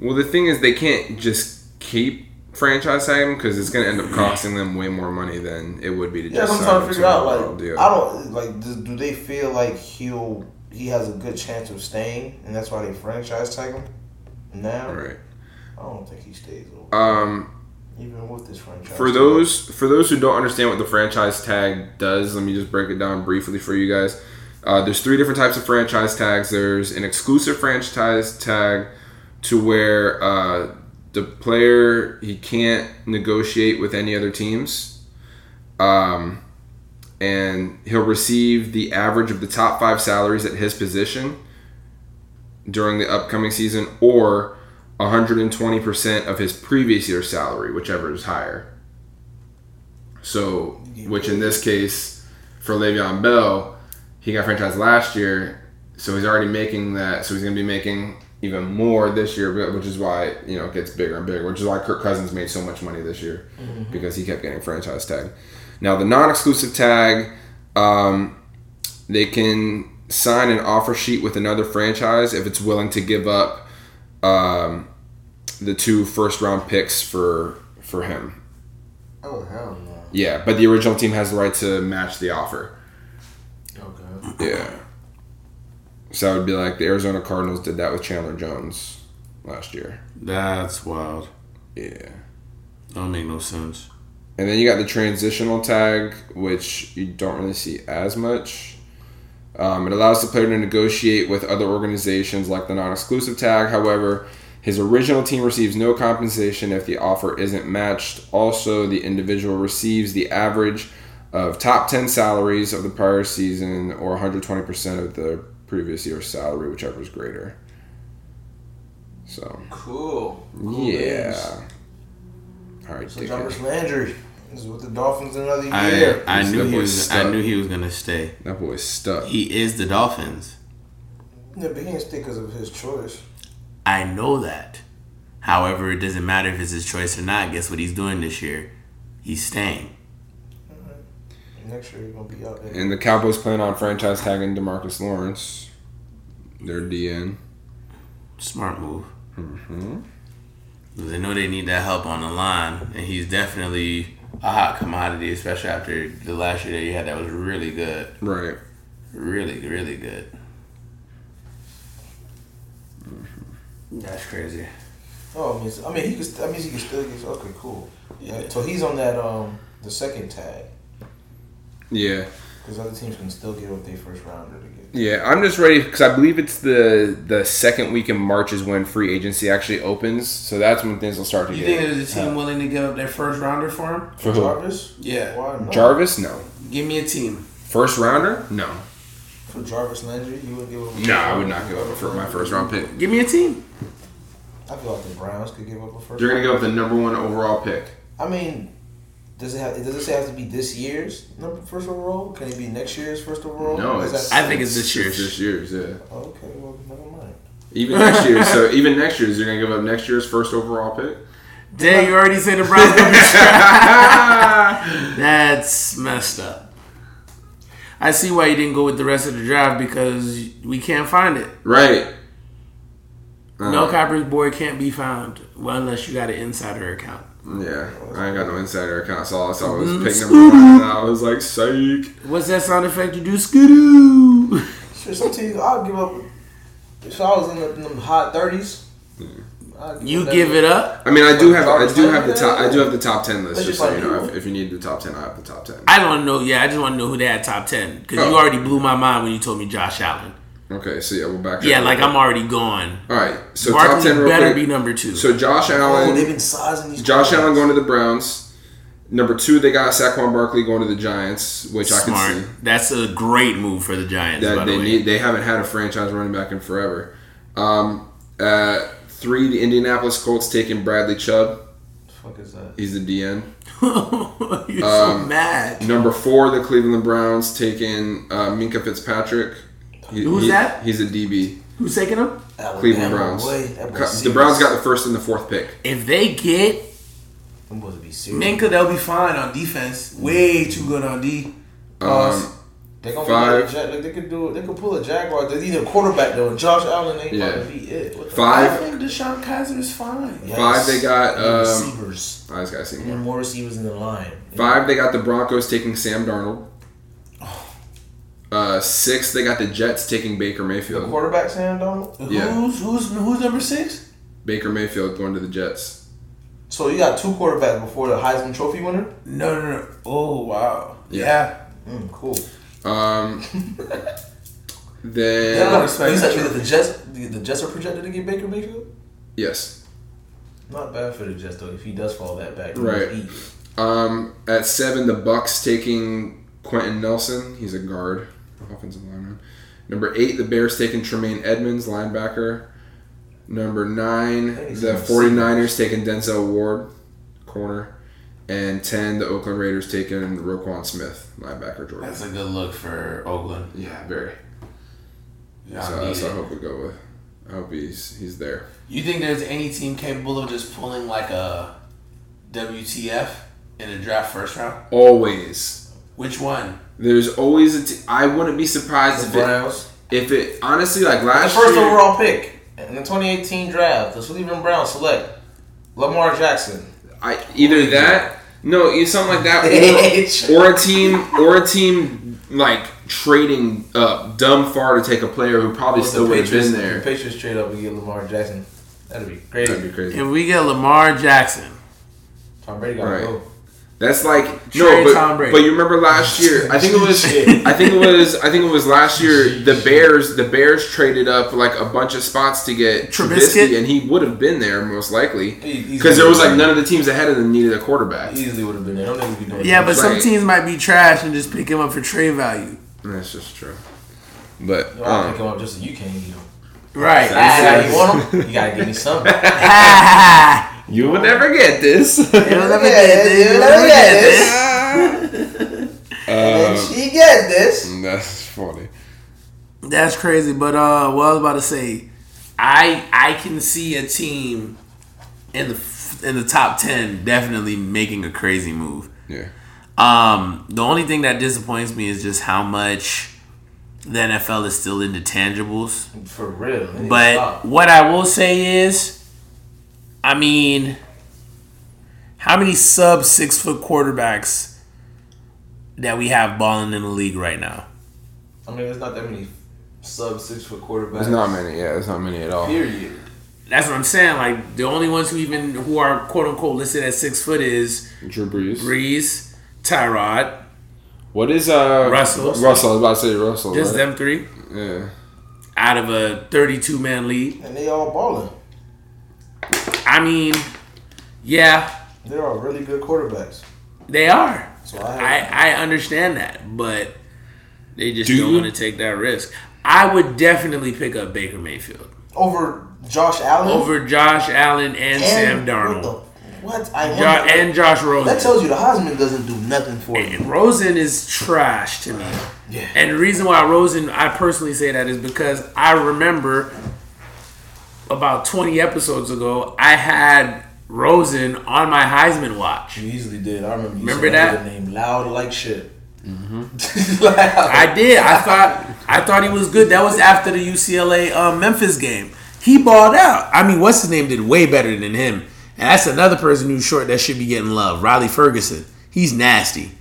S2: Well, the thing is, they can't just keep franchise tagging because it's going to end up costing them way more money than it would be to
S3: Yeah,
S2: just
S3: I'm
S2: sign
S3: trying to
S2: him
S3: figure out.
S2: an
S3: Like,
S2: overall deal.
S3: I don't like. Do, do they feel like he'll he has a good chance of staying, and that's why they franchise tag him now?
S2: All right.
S3: I don't think he stays. Over.
S2: Um,
S3: even with this franchise.
S2: For those for those who don't understand what the franchise tag does, let me just break it down briefly for you guys. Uh, there's three different types of franchise tags. There's an exclusive franchise tag, to where uh, the player he can't negotiate with any other teams, um, and he'll receive the average of the top five salaries at his position during the upcoming season, or 120% of his previous year's salary, whichever is higher. So, which in this case, for Le'Veon Bell, he got franchised last year, so he's already making that. So he's going to be making even more this year, but- which is why you know it gets bigger and bigger. Which is why Kirk Cousins made so much money this year because he kept getting franchise tag. Now the non-exclusive tag, um, they can sign an offer sheet with another franchise if it's willing to give up um, the two first round picks for for him.
S3: Oh hell no.
S2: Yeah, but the original team has the right to match the offer.
S3: Okay.
S2: Yeah. So that would be like the Arizona Cardinals did that with Chandler Jones last year.
S1: That's wild.
S2: Yeah.
S1: Don't make no sense.
S2: And then you got the transitional tag, which you don't really see as much. Um, it allows the player to negotiate with other organizations like the non exclusive tag. However, his original team receives no compensation if the offer isn't matched. Also, the individual receives the average of top 10 salaries of the prior season or 120% of the previous year's salary, whichever is greater. So,
S3: Cool. cool beans.
S2: yeah. All right,
S3: So
S2: dickhead.
S3: Jarvis Landry is with the Dolphins another
S1: I
S3: year.
S1: I
S2: He's
S1: knew
S2: the
S1: he
S2: boy
S1: was
S2: stuck.
S1: I knew he was gonna stay.
S2: that boy's stuck.
S1: He is the Dolphins.
S3: yeah, but he didn't stick because of his choice.
S1: I know that. However, it doesn't matter if it's his choice or not. Guess what he's doing this year? He's staying.
S3: Next year he's gonna be out there.
S2: And the Cowboys plan on franchise tagging Demarcus Lawrence, their DN.
S1: Smart move. Mm-hmm. They know they need that help on the line, and he's definitely a hot commodity, especially after the last year that he had that was really good.
S2: Right.
S1: Really, really good. That's crazy.
S3: Oh, I mean, I mean he could. st- I mean he could still get. Okay, cool. Yeah. So he's on that um the second tag
S2: Yeah.
S3: because other teams can still get what they first rounder to get.
S2: Yeah. I'm just ready because I believe it's the the second week in March is when free agency actually opens. So that's when things will start to
S1: You think
S2: get. Uh,
S1: there's a team willing to give up their first rounder for him?
S2: For who?
S3: Jarvis?
S1: Yeah.
S3: Why not?
S2: Jarvis? No.
S1: Give me a team.
S2: First rounder? No.
S3: For Jarvis Landry, you would give him.
S2: No, I would not give up for my first round pick.
S1: Give me a team.
S3: I feel like the Browns could give up a 1st
S2: You're gonna give up the number one overall pick.
S3: I mean, does it have? Does it say it has to be this year's number first overall? Can it be next year's first overall?
S2: No,
S3: Is
S2: it's,
S1: I think it's this year's.
S2: This year's, yeah.
S3: oh, okay. Well, never mind.
S2: Even next year's. So even next year's, you're gonna give up next year's first overall pick.
S1: Dang, you already said the Browns. gonna be That's messed up. I see why you didn't go with the rest of the draft because we can't find it.
S2: Uh-huh. Right. Uh,
S1: Mel Kiper's boy can't be found well, unless you got an insider account.
S2: Yeah, I ain't got no insider account, so all I saw
S1: Mm-hmm.
S2: was pick number one, and I was like, psych.
S1: What's that sound effect you do? Skidoo!
S3: Sure, some teams I'll give up. If I was in the, in the high thirties,
S2: Hmm.
S1: You give it up?
S2: I mean, I do have, I do have the top, I do have the top ten list, just so you know, if, if you need the top ten, I have the top ten.
S1: I don't know. Yeah, I just want to know who they had top 10 because
S2: Oh.
S1: you already blew my mind when you told me Josh Allen.
S2: Okay, so yeah, we're back.
S1: Yeah, like I'm already gone.
S2: All right, so top
S1: Barkley
S2: ten real
S1: better be
S2: quick.
S1: number two.
S2: so Josh
S3: Oh, they've
S2: Allen,
S3: been sizing these.
S2: Josh
S3: players.
S2: Allen going to the Browns. Number two, they got Saquon Barkley going to the Giants, which I
S1: Smart.
S2: can see.
S1: That's a great move for the Giants, by
S2: that
S1: the
S2: they
S1: way.
S2: need. They haven't had a franchise running back in forever. Um, uh, three, the Indianapolis Colts taking Bradley Chubb.
S3: Fuck is that?
S2: He's the DN.
S1: You're so
S2: Um,
S1: mad.
S2: Number four, the Cleveland Browns taking uh, Minka Fitzpatrick. He-
S1: Who's
S2: he-
S1: that?
S2: He's a DB.
S1: Who's taking him?
S2: Cleveland
S3: Alabama,
S2: Browns.
S3: boy, that boy
S2: Co- the
S3: serious.
S2: Browns got the first and the fourth pick.
S1: If they get
S3: Them boys be serious.
S5: Minka, they'll be fine on defense. Way too good on D.
S3: Oh,
S2: Um,
S3: They gonna
S2: Five.
S3: Be like, a Ja- like they could do. They could pull a Jaguar. They need a quarterback though. Josh Allen ain't
S2: Yeah.
S3: gonna be it. What the
S5: I
S2: five,
S5: think Deshaun Kaiser is fine.
S3: Yes.
S2: five. They got.
S3: And
S2: Um,
S3: receivers
S2: I just gotta see
S3: and
S2: more.
S3: more receivers in the line.
S2: Five. They got the Broncos taking Sam Darnold. Uh, six. They got the Jets taking Baker
S3: The
S2: Mayfield.
S3: quarterback Sam Donald.
S2: Yeah.
S5: Who's who's who's number six?
S2: Baker Mayfield going to the Jets.
S3: So you got two quarterbacks before the Heisman Trophy winner.
S5: No, no, no. Oh, wow.
S2: Yeah.
S5: Yeah.
S3: Mm, cool.
S2: Um,
S3: You
S2: then
S5: Yeah.
S3: said- you said that the Jets, the, the Jets are projected to get Baker Mayfield.
S2: yes,
S3: Not bad for the Jets though. If he does fall that back,
S2: Right.
S3: Eat.
S2: um, at seven the Bucks taking Quentin Nelson. He's a guard, offensive lineman. Number eight, the Bears taking Tremaine Edmonds, linebacker. Number nine,
S3: think he's
S2: the
S3: gonna see
S2: 49ers taking Denzel Ward, corner. And 10, the Oakland Raiders taking Roquan Smith, linebacker, Jordan.
S5: That's a good look for Oakland.
S2: Yeah, very.
S5: Yeah,
S2: so
S5: I need
S2: that's what I
S5: it.
S2: hope we go with. I hope he's he's there.
S5: You think there's any team capable of just pulling like a WTF in a draft first round?
S2: Always.
S5: Which one?
S2: There's always a. T- I wouldn't be surprised
S3: The
S2: if it,
S3: Browns.
S2: if it honestly like last
S3: The first
S2: year.
S3: overall pick in the 2018 draft, the Cleveland Browns select Lamar Jackson.
S2: I either that no you something like that or, or a team or a team like trading up dumb far to take a player who probably
S3: If
S2: still would have been
S3: if
S2: there.
S3: The Patriots trade up and get Lamar Jackson. That'd be
S2: That'd
S3: crazy.
S2: be crazy.
S1: If we get Lamar Jackson,
S3: Tom Brady got
S2: Right.
S3: to go.
S2: That's like
S1: Trade
S2: no, but,
S1: Tom Brady.
S2: but you remember last year? I think it was. I think it was. I think it was last year. The Bears. The Bears traded up like a bunch of spots to get
S1: Trubisky?
S2: Trubisky, and he would have been there most likely
S3: He- he's
S2: because there was like
S3: gonna-
S2: none of the teams ahead of them needed a quarterback.
S3: He easily would have been there. I don't think we'd be doing
S1: yeah,
S3: that.
S1: but some
S2: Right.
S1: teams might be trash and just pick him up for trade value.
S2: That's just true. But
S3: Yo, I'll pick
S2: um,
S3: him up just so you can't get him.
S1: Right.
S3: Ah, you want him? You gotta give me some. That's
S2: you will never get this.
S1: You'll never
S3: Yeah,
S1: get this.
S3: you'll
S1: You'll
S3: never
S1: never get
S3: get this.
S1: this.
S3: she get this.
S2: Um, That's funny.
S1: That's crazy. But uh, what I was about to say, I I can see a team in the f- in the top ten definitely making a crazy move.
S2: Yeah.
S1: Um, the only thing that disappoints me is just how much the NFL is still into tangibles.
S3: For real. They need to
S1: But
S3: stop.
S1: what I will say is, I mean, how many sub six foot quarterbacks that we have balling in the league right now?
S3: I mean, there's not that many sub six foot quarterbacks.
S2: There's not many. Yeah, there's not many at all.
S3: Period.
S1: That's what I'm saying. Like the only ones who even who are quote unquote listed at six foot is
S2: Drew Brees.
S1: Breeze, Tyrod,
S2: What is uh
S1: Russell.
S2: Russell. I was about to say Russell.
S1: just
S2: right?
S1: them three
S2: Yeah.
S1: out of a 32 man league.
S3: And they all balling.
S1: I mean, yeah,
S3: They're all really good quarterbacks.
S1: they are.
S3: So I have
S1: I, I understand that, but they just
S2: Do
S1: Do not
S2: you?
S1: want to take that risk. I would definitely pick up Baker Mayfield
S3: over Josh Allen.
S1: over Josh Allen and, Sam
S3: And
S1: Darnold
S3: What, the, what? I
S1: Jo-
S3: wonder-
S1: and Josh Rosen.
S3: that tells you the Heisman doesn't do nothing for you.
S1: And Rosen is trash to me.
S3: Yeah.
S1: And the reason why Rosen, I personally say that is because I remember about 20 episodes ago, I had Rosen on my Heisman watch.
S3: You easily did. I remember. You
S1: Remember
S3: said that
S1: that?
S3: name loud like shit. Mm-hmm. loud.
S1: I did. I thought I thought he was good. That was after the UCLA uh, Memphis game. He balled out. I mean, what's his name did way better than him. And that's another person who's short that should be getting love. Riley Ferguson. He's nasty.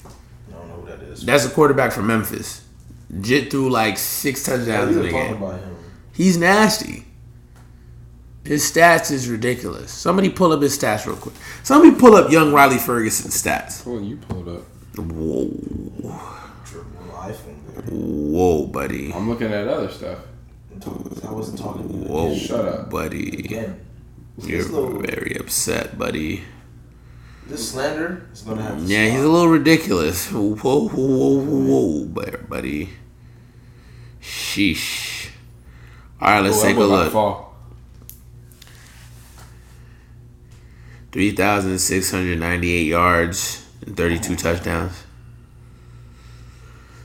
S3: I don't know who that is.
S1: That's a quarterback from Memphis. Jit threw like six touchdowns
S3: we
S1: in
S3: were
S1: the
S3: talking
S1: game.
S3: about him.
S1: He's nasty. His stats is ridiculous. Somebody pull up his stats real quick. Somebody pull up young Riley Ferguson's stats.
S2: Well, you pulled up.
S1: Whoa,
S3: Triple iPhone. dude.
S1: whoa, buddy,
S2: I'm looking at other stuff.
S3: I'm talking- I wasn't talking to you.
S1: whoa,
S2: Shut up.
S1: buddy.
S3: Again,
S1: You're
S3: This little-
S1: very upset, buddy.
S3: this slander is gonna have. To
S1: Yeah, he's a
S3: stop.
S1: little ridiculous. Whoa, whoa, whoa, whoa, bu- buddy. Sheesh. All right, let's
S2: Oh,
S1: take a
S2: I'm about to
S1: look.
S2: fall.
S1: Three thousand six hundred ninety-eight yards and thirty-two touchdowns.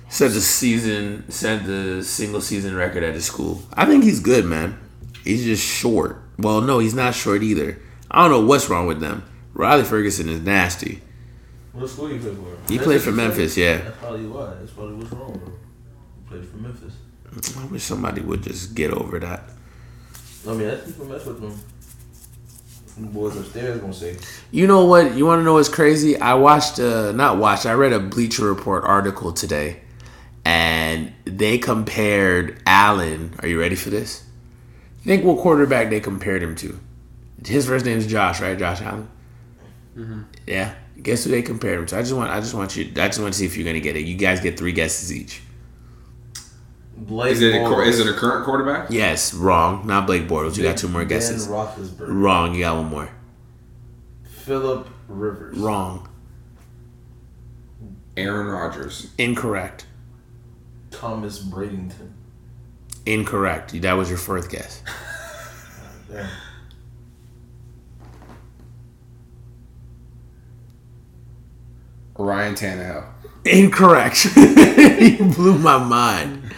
S1: Set the season, set the single season record at his school. I think he's good, man. He's just short. Well, no, he's not short either. I don't know what's wrong with them. Riley Ferguson is nasty.
S3: What school you play for?
S1: He played for Memphis, yeah.
S3: That's probably why. That's probably what's wrong. Bro. You played for Memphis.
S1: I wish somebody would just get over that.
S3: I mean, that's people mess with them. Them boys upstairs gonna say.
S1: You know what? You want to know what's crazy? I watched, uh, not watched, I read a Bleacher Report article today, and they compared Allen. Are you ready for this? Think what quarterback they compared him to. His first name is Josh, right? Josh Allen. Yeah. Guess who they compare him to? I just want I just want you I just want to see if you're gonna get it. You guys get three guesses each.
S3: Blake
S2: Is it a, qu-
S3: Bortles.
S2: is it a current quarterback?
S1: Yes, wrong. Not Blake Bortles. You got two more
S3: Ben
S1: guesses.
S3: Roethlisberger.
S1: Wrong. You got one more.
S3: Philip Rivers.
S1: Wrong.
S2: Aaron Rodgers.
S1: Incorrect.
S3: Thomas Bradington.
S1: Incorrect. That was your fourth guess.
S3: Damn.
S2: Ryan Tannehill.
S1: Incorrect. you blew my mind.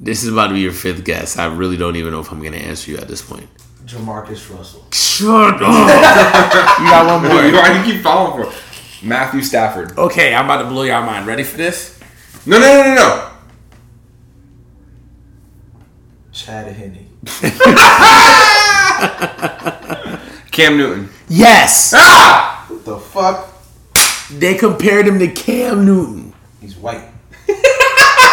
S1: This is about to be your fifth guess. I really don't even know if I'm gonna answer you at this point. Oh.
S3: Jamarcus Russell.
S1: Shut up. you got one more.
S2: Why do you keep falling for? it? Matthew Stafford.
S1: Okay, I'm about to blow your mind. Ready for this?
S2: No, no, no, no, no.
S3: Chad Henney.
S2: Cam Newton.
S1: Yes.
S2: Ah!
S3: What the fuck?
S1: They compared him to Cam Newton.
S3: He's white.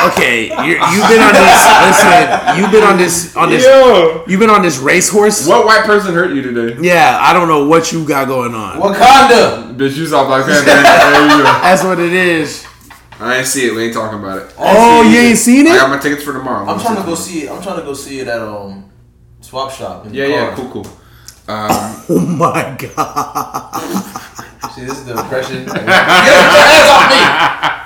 S1: Okay, you're, you've been on this. Listen, you've been on this on this.
S2: Yo.
S1: You've been on this racehorse.
S2: What white person hurt you today?
S1: Yeah, I don't know what you got going on.
S3: Wakanda.
S2: Bitch, you saw Alexander. there you go.
S1: That's what it is.
S2: I ain't see it. We ain't talking about it.
S1: Oh, you ain't seen
S2: I
S1: it?
S2: got my tickets for tomorrow.
S3: I'm
S2: gonna
S3: trying to go
S2: it
S3: see it. I'm trying to go see it at um swap shop. In
S2: tomorrow.
S3: the
S2: Yeah, yeah,
S3: car.
S2: cool, cool. Um,
S1: Oh my god.
S3: See, this is the impression. Get your hands off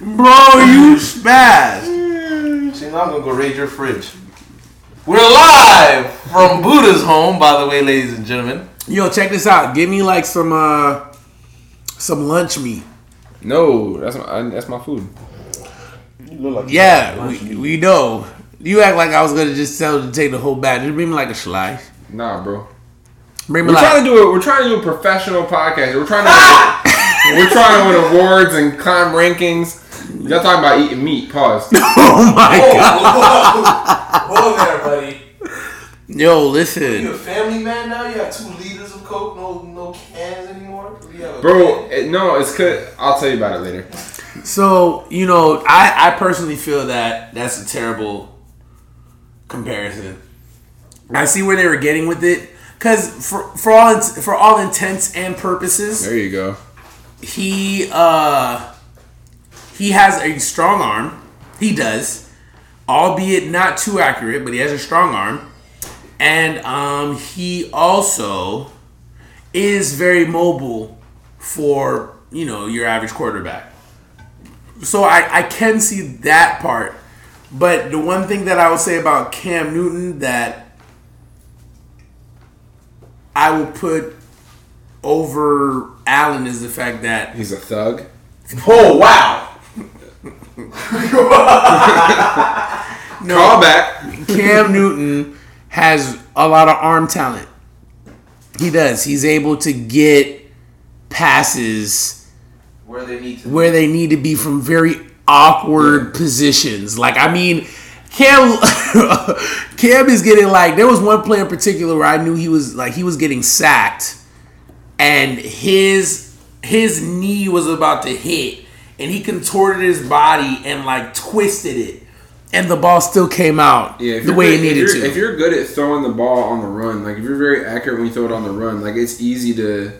S1: Bro, you spazzed.
S3: me! See, now I'm gonna go raid your fridge. We're live from Buddha's home, by the way, ladies and gentlemen.
S1: Yo, check this out. Give me like some uh some lunch meat.
S2: no, that's my I, that's my food.
S3: You look like
S1: Yeah, we, we know. You act like I was gonna just tell you to take the whole bag. Just bring me like a slice.
S2: Nah, bro.
S1: Bring me
S2: We're
S1: like
S2: trying to do it. We're trying to do a professional podcast. We're trying to. we're trying to win awards and climb rankings. Y'all talking about eating meat? Pause.
S1: Oh my
S3: Whoa,
S1: god.
S3: whoa, whoa there, buddy.
S1: Yo,
S3: You
S1: listen.
S3: a family man now? You have two liters of Coke, no no cans anymore? We have a-
S2: Bro, it, no, it's good. I'll tell you about it later.
S1: So, you know, I, I personally feel that that's a terrible comparison. I see where they were getting with it. Cause for for all int- for all intents and purposes,
S2: There you go.
S1: he uh he has a strong arm. He does, albeit not too accurate, but he has a strong arm, and um he also is very mobile for you know your average quarterback. So I I can see that part, but the one thing that I will say about Cam Newton that I will put over Allen is the fact that
S2: He's a thug.
S3: Oh wow!
S1: no,
S2: Call back.
S1: Cam Newton has a lot of arm talent. He does. He's able to get passes
S3: Where they need to
S1: where they need to be from very awkward positions. Like I mean, Cam Cam is getting like there was one play in particular where I knew he was like he was getting sacked and his his knee was about to hit and he contorted his body and like twisted it and the ball still came out
S2: Yeah, if
S1: the
S2: you're
S1: way
S2: good-
S1: it needed
S2: if
S1: to.
S2: you're, If you're good at throwing the ball on the run, like if you're very accurate when you throw it on the run, like it's easy to,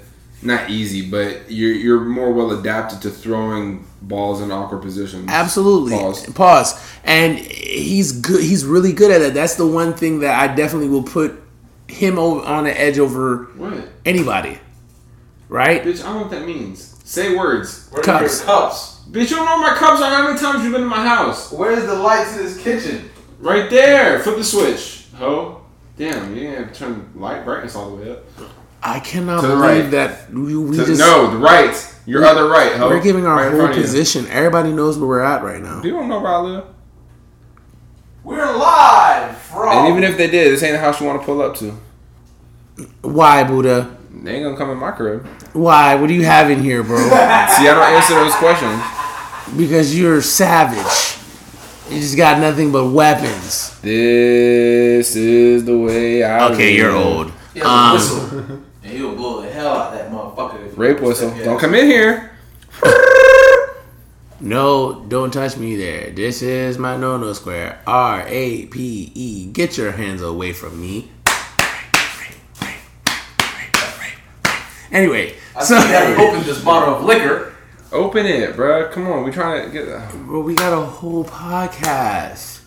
S2: not easy, but you're you're more well adapted to throwing balls in awkward positions.
S1: Absolutely.
S2: Pause.
S1: Pause. And he's good. He's really good at it. That's the one thing that I definitely will put him over, on the edge over
S2: What,
S1: anybody. Right?
S2: bitch? I don't know what that means. Say words,
S3: Where
S1: Cups.
S3: Are your cups.
S2: bitch. You don't know my cups. Are how many times you've been in my house?
S3: Where's the lights in this kitchen?
S2: Right there. Flip the switch. Ho. Damn, you didn't have to turn the light brightness all the way up.
S1: I cannot
S2: To the
S1: believe
S2: right.
S1: that we, we
S2: To-
S1: just
S2: no, the right. Your other right. Ho.
S1: we're giving our
S2: Right in
S1: whole
S2: front of you.
S1: position. Everybody knows where we're at right now.
S2: You don't know where I live.
S3: We're live from.
S2: And even if they did, this ain't the house you want to pull up to.
S1: Why, Buddha?
S2: They ain't gonna come in my crib.
S1: Why? What do you have in here, bro?
S2: See, I don't answer those questions.
S1: because you're savage. You just got nothing but weapons.
S2: This is the way I. live.
S3: Yeah, the
S1: Um,
S3: whistle. And you'll blow the hell out of that motherfucker. if you
S2: Rape
S3: step
S2: whistle.
S3: your
S2: Don't
S3: ass.
S2: come in here.
S1: No, don't touch me there. This is my no no square. R A P E. Get your hands away from me. Anyway,
S5: I
S1: so
S5: so, haven't opened this bottle of liquor.
S2: Open it, bruh. Come on, we trying to get.
S1: well, we got a whole podcast.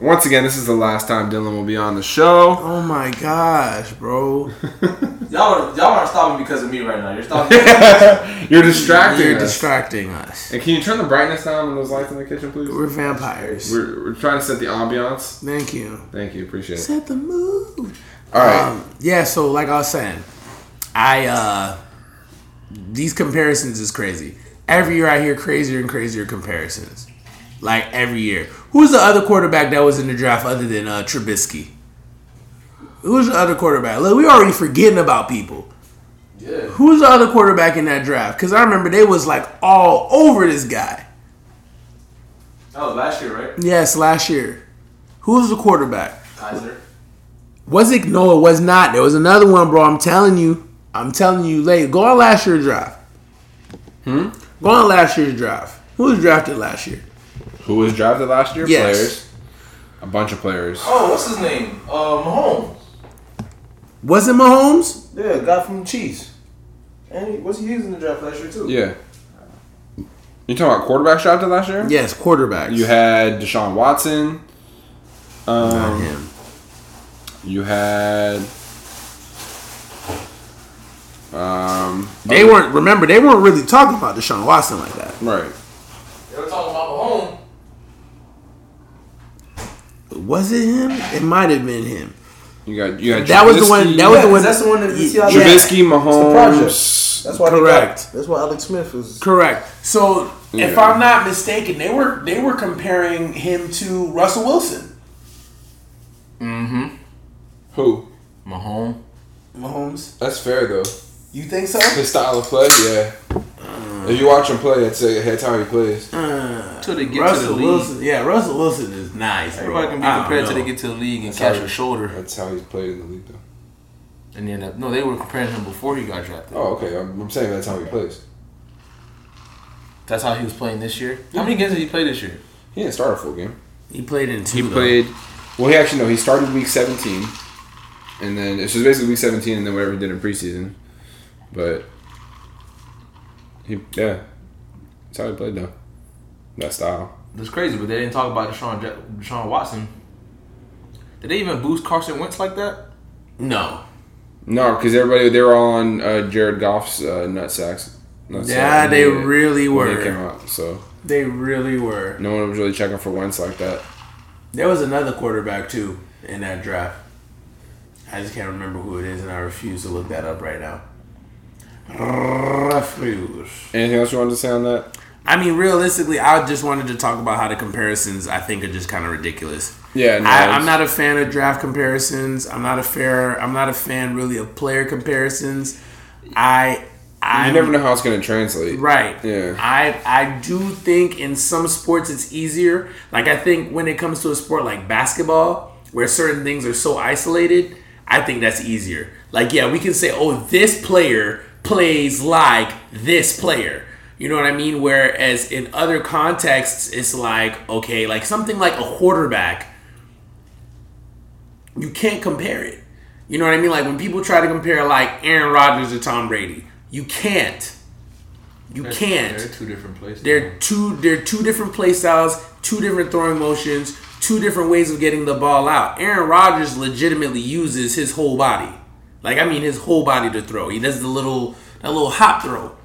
S2: Once again, this is the last time Dylan will be on the show.
S1: Oh my gosh, bro!
S5: Y'all are, y'all aren't stopping because of me right now. You're stopping.
S2: You're distracting
S1: You're
S2: us.
S1: distracting us.
S2: and can you turn the brightness down on those lights in the kitchen, please?
S1: We're vampires.
S2: We're, we're trying to set the ambiance.
S1: Thank you.
S2: Thank you, appreciate it.
S1: Set the mood.
S2: All right,
S1: Um, yeah, so like I was saying, I uh these comparisons is crazy. Every year I hear crazier and crazier comparisons. Like every year. Who's the other quarterback that was in the draft other than uh Trubisky? Who's the other quarterback? Look, we already forgetting about people.
S5: yeah.
S1: Who's the other quarterback in that draft? Because I remember they was like all over this guy.
S5: That was last year, right?
S1: Yes, last year. Who was the quarterback?
S5: Kaiser.
S1: Was it? No, it was not. There was another one, bro. I'm telling you. I'm telling you late. Go on last year's draft. Hmm? Go on last year's draft. Who was drafted last year?
S2: who was drafted last year?
S1: Yes.
S2: Players, a bunch of players.
S3: Oh, what's his name? Uh, Mahomes.
S1: Was it Mahomes?
S3: Yeah, guy from Cheese. And he, was he using the draft last year too?
S2: Yeah. You talking about quarterbacks drafted last year?
S1: Yes, quarterbacks.
S2: You had Deshaun Watson.
S1: Not
S2: Um,
S1: him.
S2: you had. Um,
S1: They weren't. Remember, they weren't really talking about Deshaun Watson like that.
S2: right.
S5: They were talking about Mahomes.
S1: Was it him? It might have been him.
S2: You got you got
S1: That was the one- that was
S3: Yeah,
S1: the one-
S3: 'cause that's the one that the
S1: Yeah.
S3: Seattle
S2: Trubisky,
S3: project.
S2: Mahomes.
S3: That's why. they
S1: Correct.
S3: got- That's why Alex Smith was.
S1: Correct. So
S2: Yeah.
S5: If I'm not mistaken, they were they were comparing him to Russell Wilson.
S3: Mm-hmm.
S2: Who?
S3: Mahomes.
S5: Mahomes.
S2: That's fair though.
S5: You think so?
S2: His style of play, yeah. If you watch him play, it's a, that's how he plays.
S1: uh,
S3: Till they get to the
S1: Russell
S3: league.
S1: Wilson. Yeah, Russell Wilson is nice, bro.
S3: Everybody
S1: I
S3: can be
S1: don't
S3: compared
S1: know.
S3: till they get to the league and
S2: That's
S3: catch
S2: how-
S3: a shoulder.
S2: That's how he's played in the league, though.
S3: And then uh, no, they were comparing him before he got drafted.
S2: Oh, okay. I'm, I'm saying that's how he plays.
S3: That's how he was playing this year. How many games did he play this year?
S2: He didn't start a full game.
S1: He played in two.
S2: He
S1: though.
S2: played. Well, he actually no. He started week 17, and then it's just basically week 17, and then whatever he did in preseason. But he, yeah, that's how he played though. That style.
S3: That's crazy, but they didn't talk about Deshaun Ja- Deshaun Watson. Did they even boost Carson Wentz like that?
S1: No.
S2: No, because everybody they were all on uh, Jared Goff's uh, nut sacks. Nut sack
S1: Yeah,
S2: when
S1: they
S2: he-
S1: really
S2: when he
S1: were.
S2: came out, so
S1: They really were.
S2: no one was really checking for Wentz like that.
S1: There was another quarterback too in that draft. I just can't remember who it is, and I refuse to look that up right now. Refuse.
S2: Anything else you wanted to say on that?
S1: I mean, realistically, I just wanted to talk about how the comparisons I think are just kind of ridiculous.
S2: Yeah, no,
S1: I,
S2: it's-
S1: I'm not a fan of draft comparisons. I'm not a fair. I'm not a fan really of player comparisons. I. I
S2: You never know how it's going to translate.
S1: Right.
S2: Yeah.
S1: I I do think in some sports it's easier. Like I think when it comes to a sport like basketball, where certain things are so isolated, I think that's easier. Like yeah, we can say, oh, this player plays like this player. You know what I mean? Whereas in other contexts, it's like okay, like something like a quarterback you can't compare it. You know what I mean? Like when people try to compare like Aaron Rodgers to Tom Brady, you can't. You
S3: They're
S1: can't.
S3: two different places.
S1: They're two. They're two different play styles, two different throwing motions, two different ways of getting the ball out. Aaron Rodgers legitimately uses his whole body. Like I mean, his whole body to throw. He does the little that little hop throw.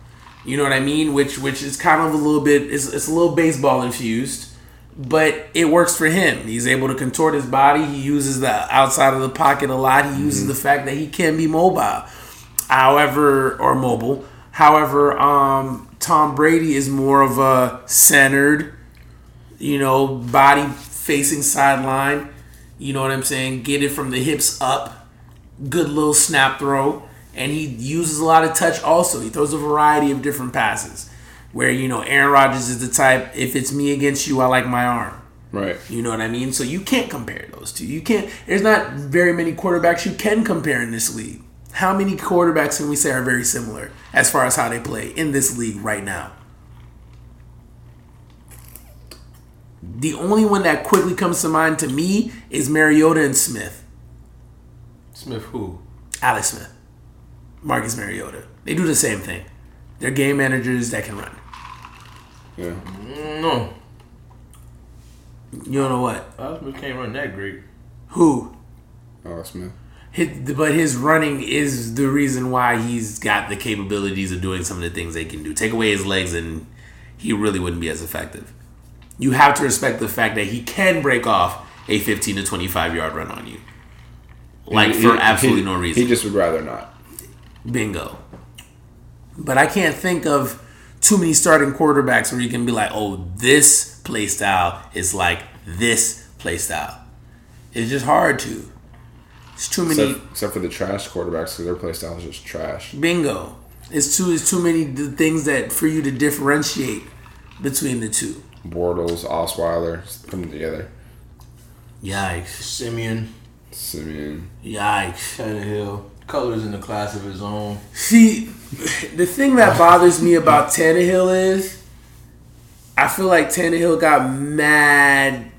S1: You know what I mean? Which which is kind of a little bit. It's, it's a little baseball infused but it works for him. He's able to contort his body. He uses the outside of the pocket a lot. He uses the fact that he can be mobile, however, or mobile. However, um, Tom Brady is more of a centered, you know, body facing sideline. You know what I'm saying? Get it from the hips up. Good little snap throw. And he uses a lot of touch also. He throws a variety of different passes. Where, you know, Aaron Rodgers is the type, if it's me against you, I like my arm.
S2: Right.
S1: You know what I mean? So you can't compare those two. You can't. There's not very many quarterbacks you can compare in this league. How many quarterbacks can we say are very similar as far as how they play in this league right now? The only one that quickly comes to mind to me is Mariota and Smith,
S3: Smith who?
S1: Alex Smith. Marcus Mariota. They do the same thing. They're game managers that can run.
S2: Yeah.
S3: No,
S1: You don't know what?
S3: Osmond can't run that great.
S1: Who?
S2: Alex Smith.
S1: His, but his running is the reason why he's got the capabilities of doing some of the things they can do. Take away his legs, and he really wouldn't be as effective. You have to respect the fact that he can break off a 15 to 25 yard run on you. Like,
S2: He-
S1: for
S2: he-
S1: absolutely
S2: he-
S1: no reason.
S2: He just would rather not.
S1: Bingo. But I can't think of too many starting quarterbacks where you can be like, oh, this play style is like this play style. It's just hard to. It's too many.
S2: Except, except for the trash quarterbacks, because their play style is just trash.
S1: bingo. It's too. It's too many d- things that for you to differentiate between the two.
S2: Bortles, Osweiler, put them together.
S1: Yikes!
S3: Simeon
S2: Simeon.
S1: Yikes!
S3: Tannehill, Colors in the class of his own.
S1: See, the thing that bothers me about Tannehill is I feel like Tannehill got mad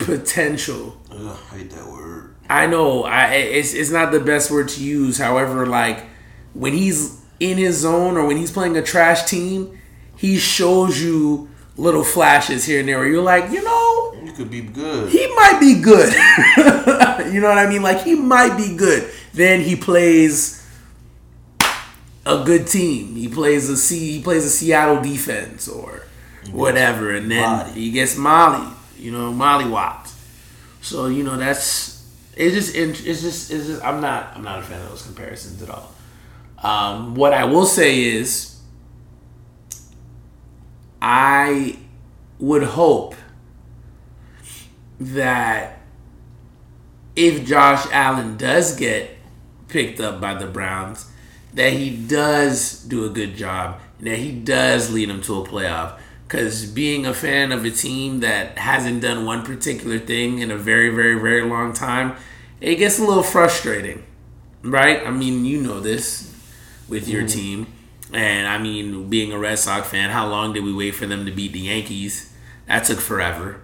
S1: potential.
S5: Ugh, I hate that word.
S1: I know I it's it's not the best word to use. However, like when he's in his zone or when he's playing a trash team, he shows you little flashes here and there where you're like, you know,
S3: You could be good.
S1: he might be good. you know what I mean? Like he might be good. Then he plays a good team. He plays a C he plays a Seattle defense or whatever and then
S5: Molly.
S1: he gets Molly, you know, Molly whopped. So, you know, that's it's just in- it's just it's just I'm not I'm not a fan of those comparisons at all. Um, what I will say is I would hope that if Josh Allen does get picked up by the Browns, that he does do a good job and that he does lead them to a playoff. Because being a fan of a team that hasn't done one particular thing in a very, very, very long time, it gets a little frustrating, right? I mean, you know this with your team. And I mean, being a Red Sox fan, how long did we wait for them to beat the Yankees? That took forever.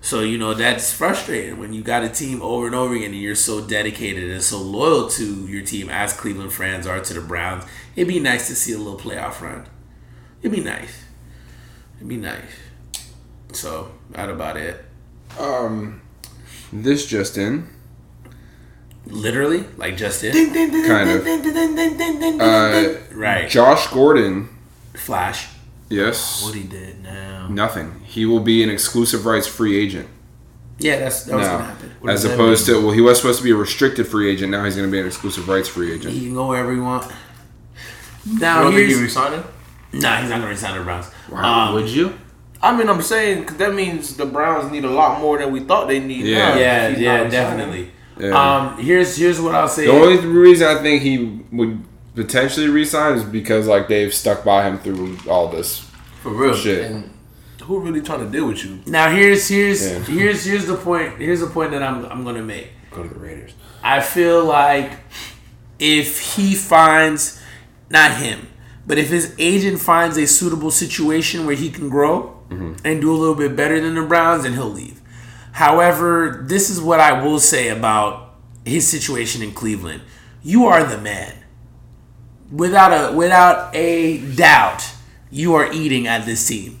S1: So you know that's frustrating when you got a team over and over again, and you're so dedicated and so loyal to your team as Cleveland fans are to the Browns. It'd be nice to see a little playoff run. It'd be nice. It'd be nice. So that about it.
S2: Um, this just in.
S1: Literally, like just it.
S2: Kind of. Uh,
S1: Right.
S2: Josh Gordon.
S1: Flash.
S2: Yes.
S3: What he did now.
S2: Nothing. He will be an exclusive rights free agent
S1: Yeah, that's that was gonna
S2: now,
S1: happen.
S3: What
S2: as
S3: does that
S2: opposed to well, he was supposed to be a restricted free agent. Now he's going to be an exclusive rights free agent.
S1: He can go wherever he want.
S2: Mm-hmm.
S3: I
S1: Now
S3: don't think
S1: here's
S3: you resigning.
S1: nah, he's not gonna resign to the Browns.
S2: Wow.
S1: Um,
S5: Would you?
S3: I mean, I'm saying 'cause that means the Browns need a lot more than we thought they need.
S2: Yeah.
S3: now.
S1: yeah,
S3: He's
S1: yeah,
S3: not resigning.
S1: definitely.
S2: Yeah.
S1: Um, here's here's what I'll say.
S2: the only reason I think he would potentially resign is because like they've stuck by him through all this.
S3: for real.
S2: Shit.
S3: And who really trying to deal with you?
S1: Now here's here's
S2: Yeah.
S1: here's here's the point. Here's the point that I'm I'm gonna make.
S2: Go to the Raiders.
S1: I feel like if he finds not him, but if his agent finds a suitable situation where he can grow and do a little bit better than the Browns, then he'll leave. However, this is what I will say about his situation in Cleveland. You are the man. Without a without a doubt, you are eating at this team.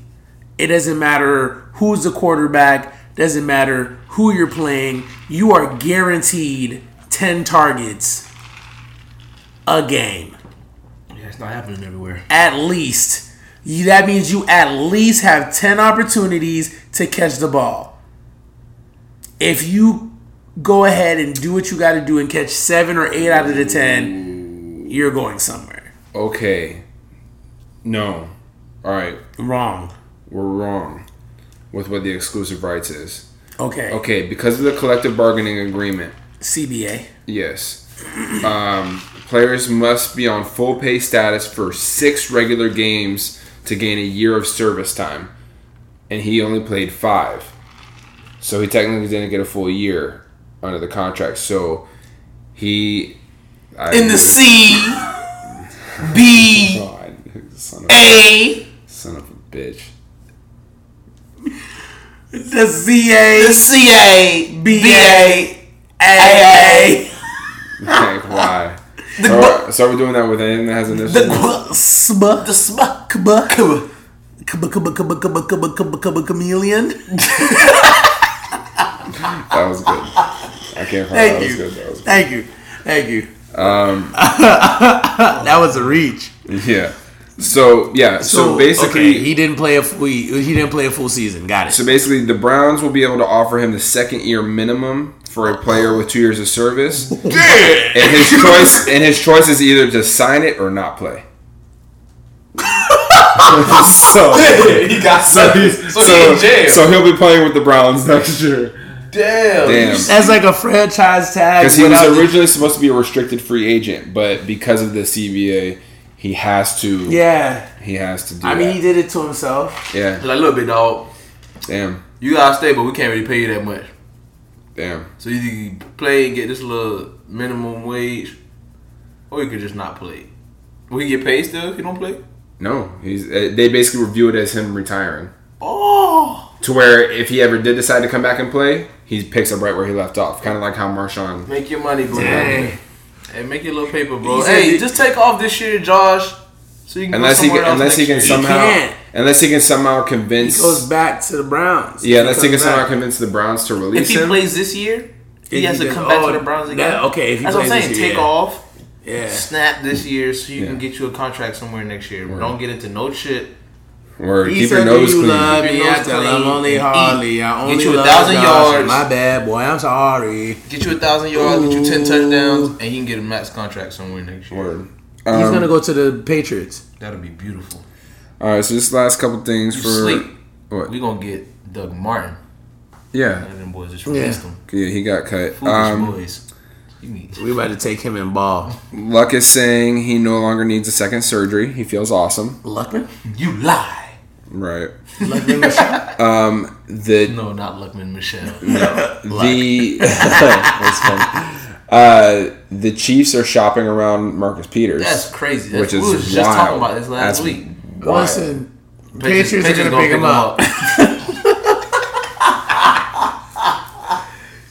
S1: It doesn't matter who's the quarterback, doesn't matter who you're playing, you are guaranteed 10 targets a game.
S3: Yeah, it's not happening everywhere.
S1: At least. You- That means you at least have 10 opportunities to catch the ball. If you go ahead and do what you got to do and catch 7 or 8 out of the 10, you're going somewhere.
S2: Okay. No. All right.
S1: Wrong.
S2: We're wrong with what the exclusive rights is.
S1: Okay. okay.
S2: Okay, because of the collective bargaining agreement,
S1: CBA.
S2: yes, um, players must be on full pay status for six regular games to gain a year of service time, and he only played five, so he technically didn't get a full year under the contract. So he I,
S1: In the C B
S2: God, son of,
S1: A
S2: son of a bitch.
S1: The CA. The CA. BA. AA.
S2: Like why? So, are- so are we doing that with anything that has an
S1: The
S2: initial?
S1: sma the sma kba kba kba kba kba kba kba kba kba chameleon.
S2: That was good. I can't find
S1: Thank
S2: that
S1: you,
S2: was good. That was
S1: thank you, thank you. Um, that was a reach.
S2: good. Yeah. So yeah. So, basically,
S1: okay, he didn't play a full. He, he didn't play a full season. Got it.
S2: So basically, the Browns will be able to offer him the second year minimum for a player with two years of service, and his choice and his choice is either to sign it or not play. so,
S5: he got
S2: so,
S5: so,
S2: he's, so,
S5: so he in jail.
S2: so he'll be playing with the Browns next year.
S3: Damn.
S2: Damn,
S1: That's like a franchise tag.
S2: because he was
S1: without the-
S2: originally supposed to be a restricted free agent, but because of the CBA, he has to.
S1: yeah,
S2: he has to do.
S1: I mean, he
S2: that.
S1: did it to himself.
S2: yeah.
S3: Like, look, big dog,
S2: Damn,
S3: you gotta stay, but we can't really pay you that much.
S2: damn.
S3: So either you play and get this little minimum wage, or you could just not play. Will he get paid still if he don't play?
S2: No, he's. uh, They basically review it as him retiring.
S3: Oh,
S2: To where if he ever did decide to come back and play, he picks up right where he left off. Kind of like how Marshawn.
S3: make your money, bro.
S1: Dang.
S3: Hey, make your little paper, bro.
S1: He said
S3: hey,
S1: he-
S3: just take off this year, Josh. So you can
S2: Unless
S3: go
S2: he
S3: somewhere
S2: can,
S3: else
S2: unless he can
S3: next year.
S2: somehow
S1: can't.
S2: unless he can somehow
S1: He
S2: convince
S1: goes back to the Browns.
S2: yeah unless he can
S1: comes
S2: somehow
S1: back.
S2: convince the Browns to
S3: If
S2: release
S3: he
S2: him.
S3: plays this year, he
S1: If
S3: has to
S1: does-
S3: come back
S1: oh,
S3: to the Browns again.
S1: that- okay, if he
S3: That's what I'm
S1: plays
S3: saying.
S1: this year,
S3: Take
S1: yeah.
S3: off,
S1: Yeah.
S3: snap this year, so you can
S2: Yeah.
S3: get you a contract somewhere next year.
S2: Word.
S3: Don't get into no shit.
S2: Word.
S1: He
S2: Keep
S1: said,
S2: your
S1: "Do
S2: nose
S1: you
S2: clean.
S1: love me?
S3: Keep your
S1: I
S3: nose
S1: tell him
S3: clean
S1: only
S3: and
S1: Harley.
S3: eat.
S1: I
S3: Get
S1: only
S3: you a
S1: love
S3: thousand
S1: Josh.
S3: yards.
S1: My bad, boy. I'm sorry.
S3: Get you a thousand yards, get you ten
S1: Ooh.
S3: touchdowns, and he can get a max contract somewhere next year.
S2: Word.
S1: He's
S2: Um,
S1: gonna go to the Patriots.
S3: That'll be beautiful.
S2: All right. So just last couple things
S3: You
S2: for
S3: sleep.
S2: what?
S3: We gonna get Doug Martin.
S2: Yeah.
S3: And them boys just released him.
S2: Yeah. He got cut.
S3: Foolish
S2: Um,
S3: boys. You need
S1: We about to take him in ball.
S2: Luck is saying he no longer needs a second surgery. He feels awesome.
S1: Luckman.
S3: you lie.
S2: Right.
S1: Luckman Michelle.
S2: Um. The
S3: No, not Luckman Michelle.
S2: The that's funny. Uh, the Chiefs are shopping around Marcus Peters.
S3: That's crazy. That's,
S2: Which is
S3: we was just
S2: wild.
S3: talking about this last
S2: That's
S3: week.
S2: wild.
S1: Listen, Patriots, are gonna, pick him up.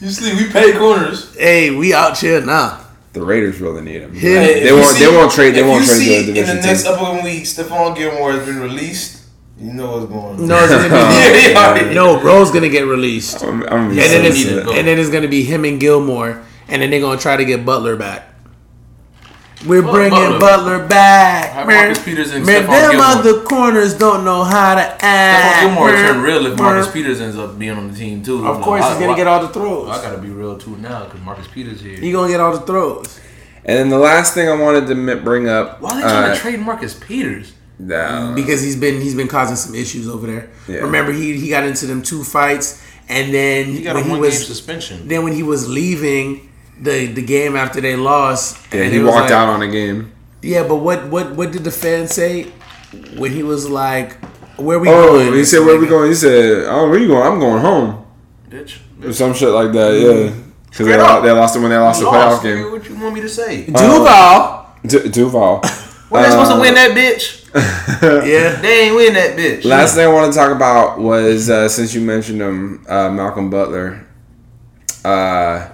S3: you see, we pay corners.
S1: Hey, we out here now.
S2: The Raiders really need him.
S1: Yeah. Hey,
S2: They,
S3: If you
S2: won't.
S3: see-
S2: they won't trade. They
S3: if
S2: won't
S3: you
S2: trade
S3: see
S2: to a division
S3: In the next
S2: team.
S3: upcoming week, Stephon Gilmore has been released. You know what's going on.
S1: No, it's gonna
S3: yeah, yeah.
S1: be no. Bro's gonna get released, and
S2: I'm, I'm
S1: then
S2: so
S1: it's,
S2: upset.
S3: go.
S1: and then it's Oh, gonna be him and Gilmore, and then they're gonna try to get Butler back. We're
S3: Well,
S1: bringing
S3: Butler.
S1: Butler, back.
S3: Have Marcus Peters and
S1: man,
S3: Stephon
S1: them
S3: Gilmore.
S1: other corners don't know how to
S3: Stephon
S1: act.
S3: Gilmore
S1: Mer-
S3: turned real if Marcus
S1: mer-
S3: Peters ends up being on the team too.
S1: Of course, he's gonna get all the throws.
S3: I gotta be real too now because Marcus Peters here.
S1: He gonna get all the throws.
S2: And then the last thing I wanted to mi- bring up.
S3: Why are they trying
S2: uh,
S3: to trade Marcus Peters?
S2: nah.
S1: because he's been he's been causing some issues over there.
S2: Yeah.
S1: Remember, he he got into them two fights, and then
S3: He got
S1: when
S3: a
S1: he
S3: one game
S1: was
S3: suspension.
S1: then when he was leaving the the game after they lost,
S2: yeah,
S1: and
S2: he
S1: it was
S2: walked
S1: like-
S2: out on a game.
S1: Yeah, but what what what did the fans say when he was like, "Where we
S2: Oh,
S1: going?"
S2: he said, "Where we going?" He said, "Oh, where you going? I'm going home."
S3: Bitch,
S2: Or some shit like that. Yeah. Because they,
S3: Straight
S2: lo-
S3: Mm. up.
S2: they lost him when they lost the playoff
S3: Lost, nigga,
S2: game.
S3: What you want me to say?
S2: uh,
S1: Duval.
S2: Du- Duval.
S3: We're not supposed
S2: Uh,
S3: to win that bitch.
S1: yeah,
S3: They ain't win that bitch.
S2: Last thing I want to talk about was uh, since you mentioned him, uh, Malcolm Butler, uh,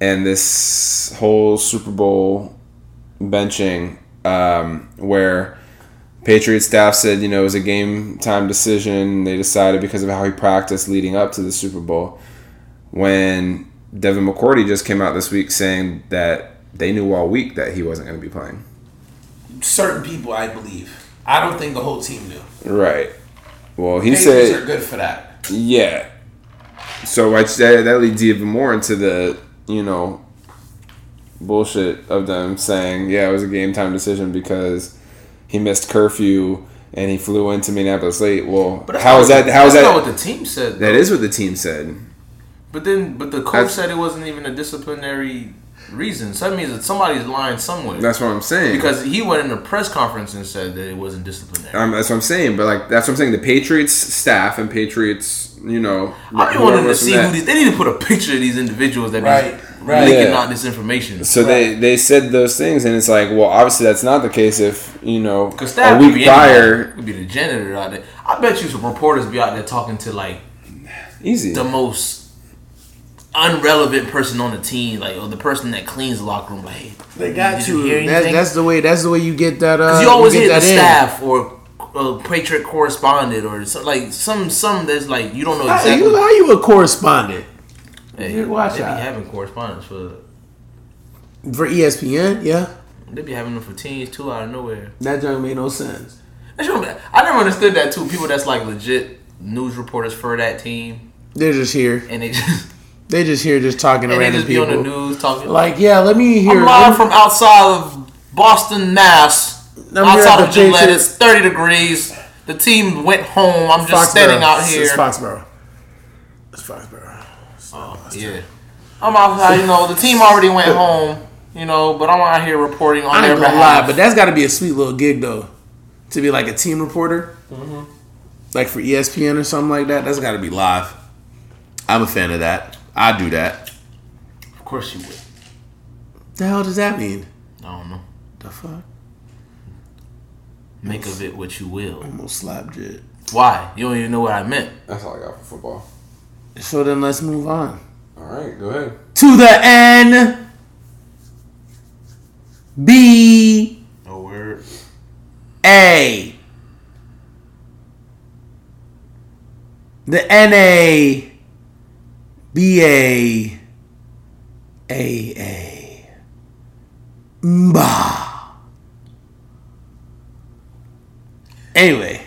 S2: and this whole Super Bowl benching, um, where Patriot staff said you know it was a game time decision. They decided because of how he practiced leading up to the Super Bowl. When Devin McCourty just came out this week saying that they knew all week that he wasn't going to be playing.
S5: certain people, I believe. I don't think the whole team knew.
S2: Right. Well, he
S5: Patriots
S2: said
S5: are good for that.
S2: Yeah. So I that, that leads even more into the you know bullshit of them saying yeah it was a game time decision because he missed curfew and he flew into Minneapolis late. Well,
S3: But that's
S2: how
S3: not
S2: is
S3: what-
S2: that? How is
S3: that's not
S2: that?
S3: what the team said.
S2: That
S3: though.
S2: is what the team said.
S3: But then, but the coach
S2: That's-
S3: said it wasn't even a disciplinary reason. So that means that somebody's lying somewhere.
S2: That's what I'm saying.
S3: because he went in a press conference and said that it wasn't disciplinary.
S2: um, that's what I'm saying. But like that's what I'm saying. The Patriots staff and Patriots, you know,
S3: I be
S2: whoever
S3: wanting to
S2: was from
S3: see
S2: that-
S3: who these. They need to put a picture of these individuals that
S5: Right,
S3: be
S5: right.
S3: leaking
S2: Yeah.
S3: out this information.
S2: So they, they said those things, and it's like, well, obviously that's not the case. If you know,
S3: Because staff
S2: a
S3: could
S2: week
S3: be
S2: prior,
S3: anybody. could be the janitor out there. I bet you some reporters be out there talking to like
S2: easy.
S3: the most unrelevant person on the team, like or the person that cleans the locker room, like hey,
S1: They got
S3: did you hear
S1: you. That's,
S3: anything?
S1: that's the way. That's the way you get that. Uh,
S3: Because you always
S1: get
S3: hear the
S1: that in.
S3: staff or uh, Patriot correspondent or so, like some some that's like you don't know
S1: How
S3: exactly.
S1: you, how you a correspondent
S3: Hey,
S1: you watch
S3: they be
S1: out.
S3: having correspondence for
S1: for E ESPN? Yeah,
S3: they be having them for teams too out of nowhere.
S1: that don't make no sense.
S3: That's what I'm- I never understood that too. People that's like legit news reporters for that team
S1: They're just here.
S3: and they just
S1: They just here, just talking to
S3: and they
S1: random
S3: just be
S1: people.
S3: on the news talking
S1: Like, yeah, let me hear.
S3: I'm
S1: let
S3: live
S1: me-
S3: from outside of Boston, Mass.
S1: I'm here at
S3: outside
S1: the
S3: of Gillette,
S1: Patriots-
S3: it's 30 degrees. The team went home. I'm just
S1: Foxborough.
S3: standing out
S1: It's-
S3: here.
S1: It's Foxborough. It's Foxborough.
S3: Yeah. I'm outside, you know, the team already went home, you know, but I'm out here reporting on
S1: I
S3: their
S1: ain't gonna lie,
S3: behalf.
S1: but that's got to be a sweet little gig though, to be like a team reporter,
S3: Mm-hmm.
S1: like for E ESPN or something like that. That's got to be live. I'm a fan of that. I do that.
S3: of course you would.
S1: The hell does that mean?
S3: I don't know.
S1: The fuck?
S3: Make of it what you will.
S1: Almost slapped it.
S3: Why? You don't even know what I meant.
S2: That's all I got for football.
S1: So then let's move on
S2: All right, go ahead.
S1: to the N B
S3: No word.
S1: A. The N A B A A A Mba. Anyway,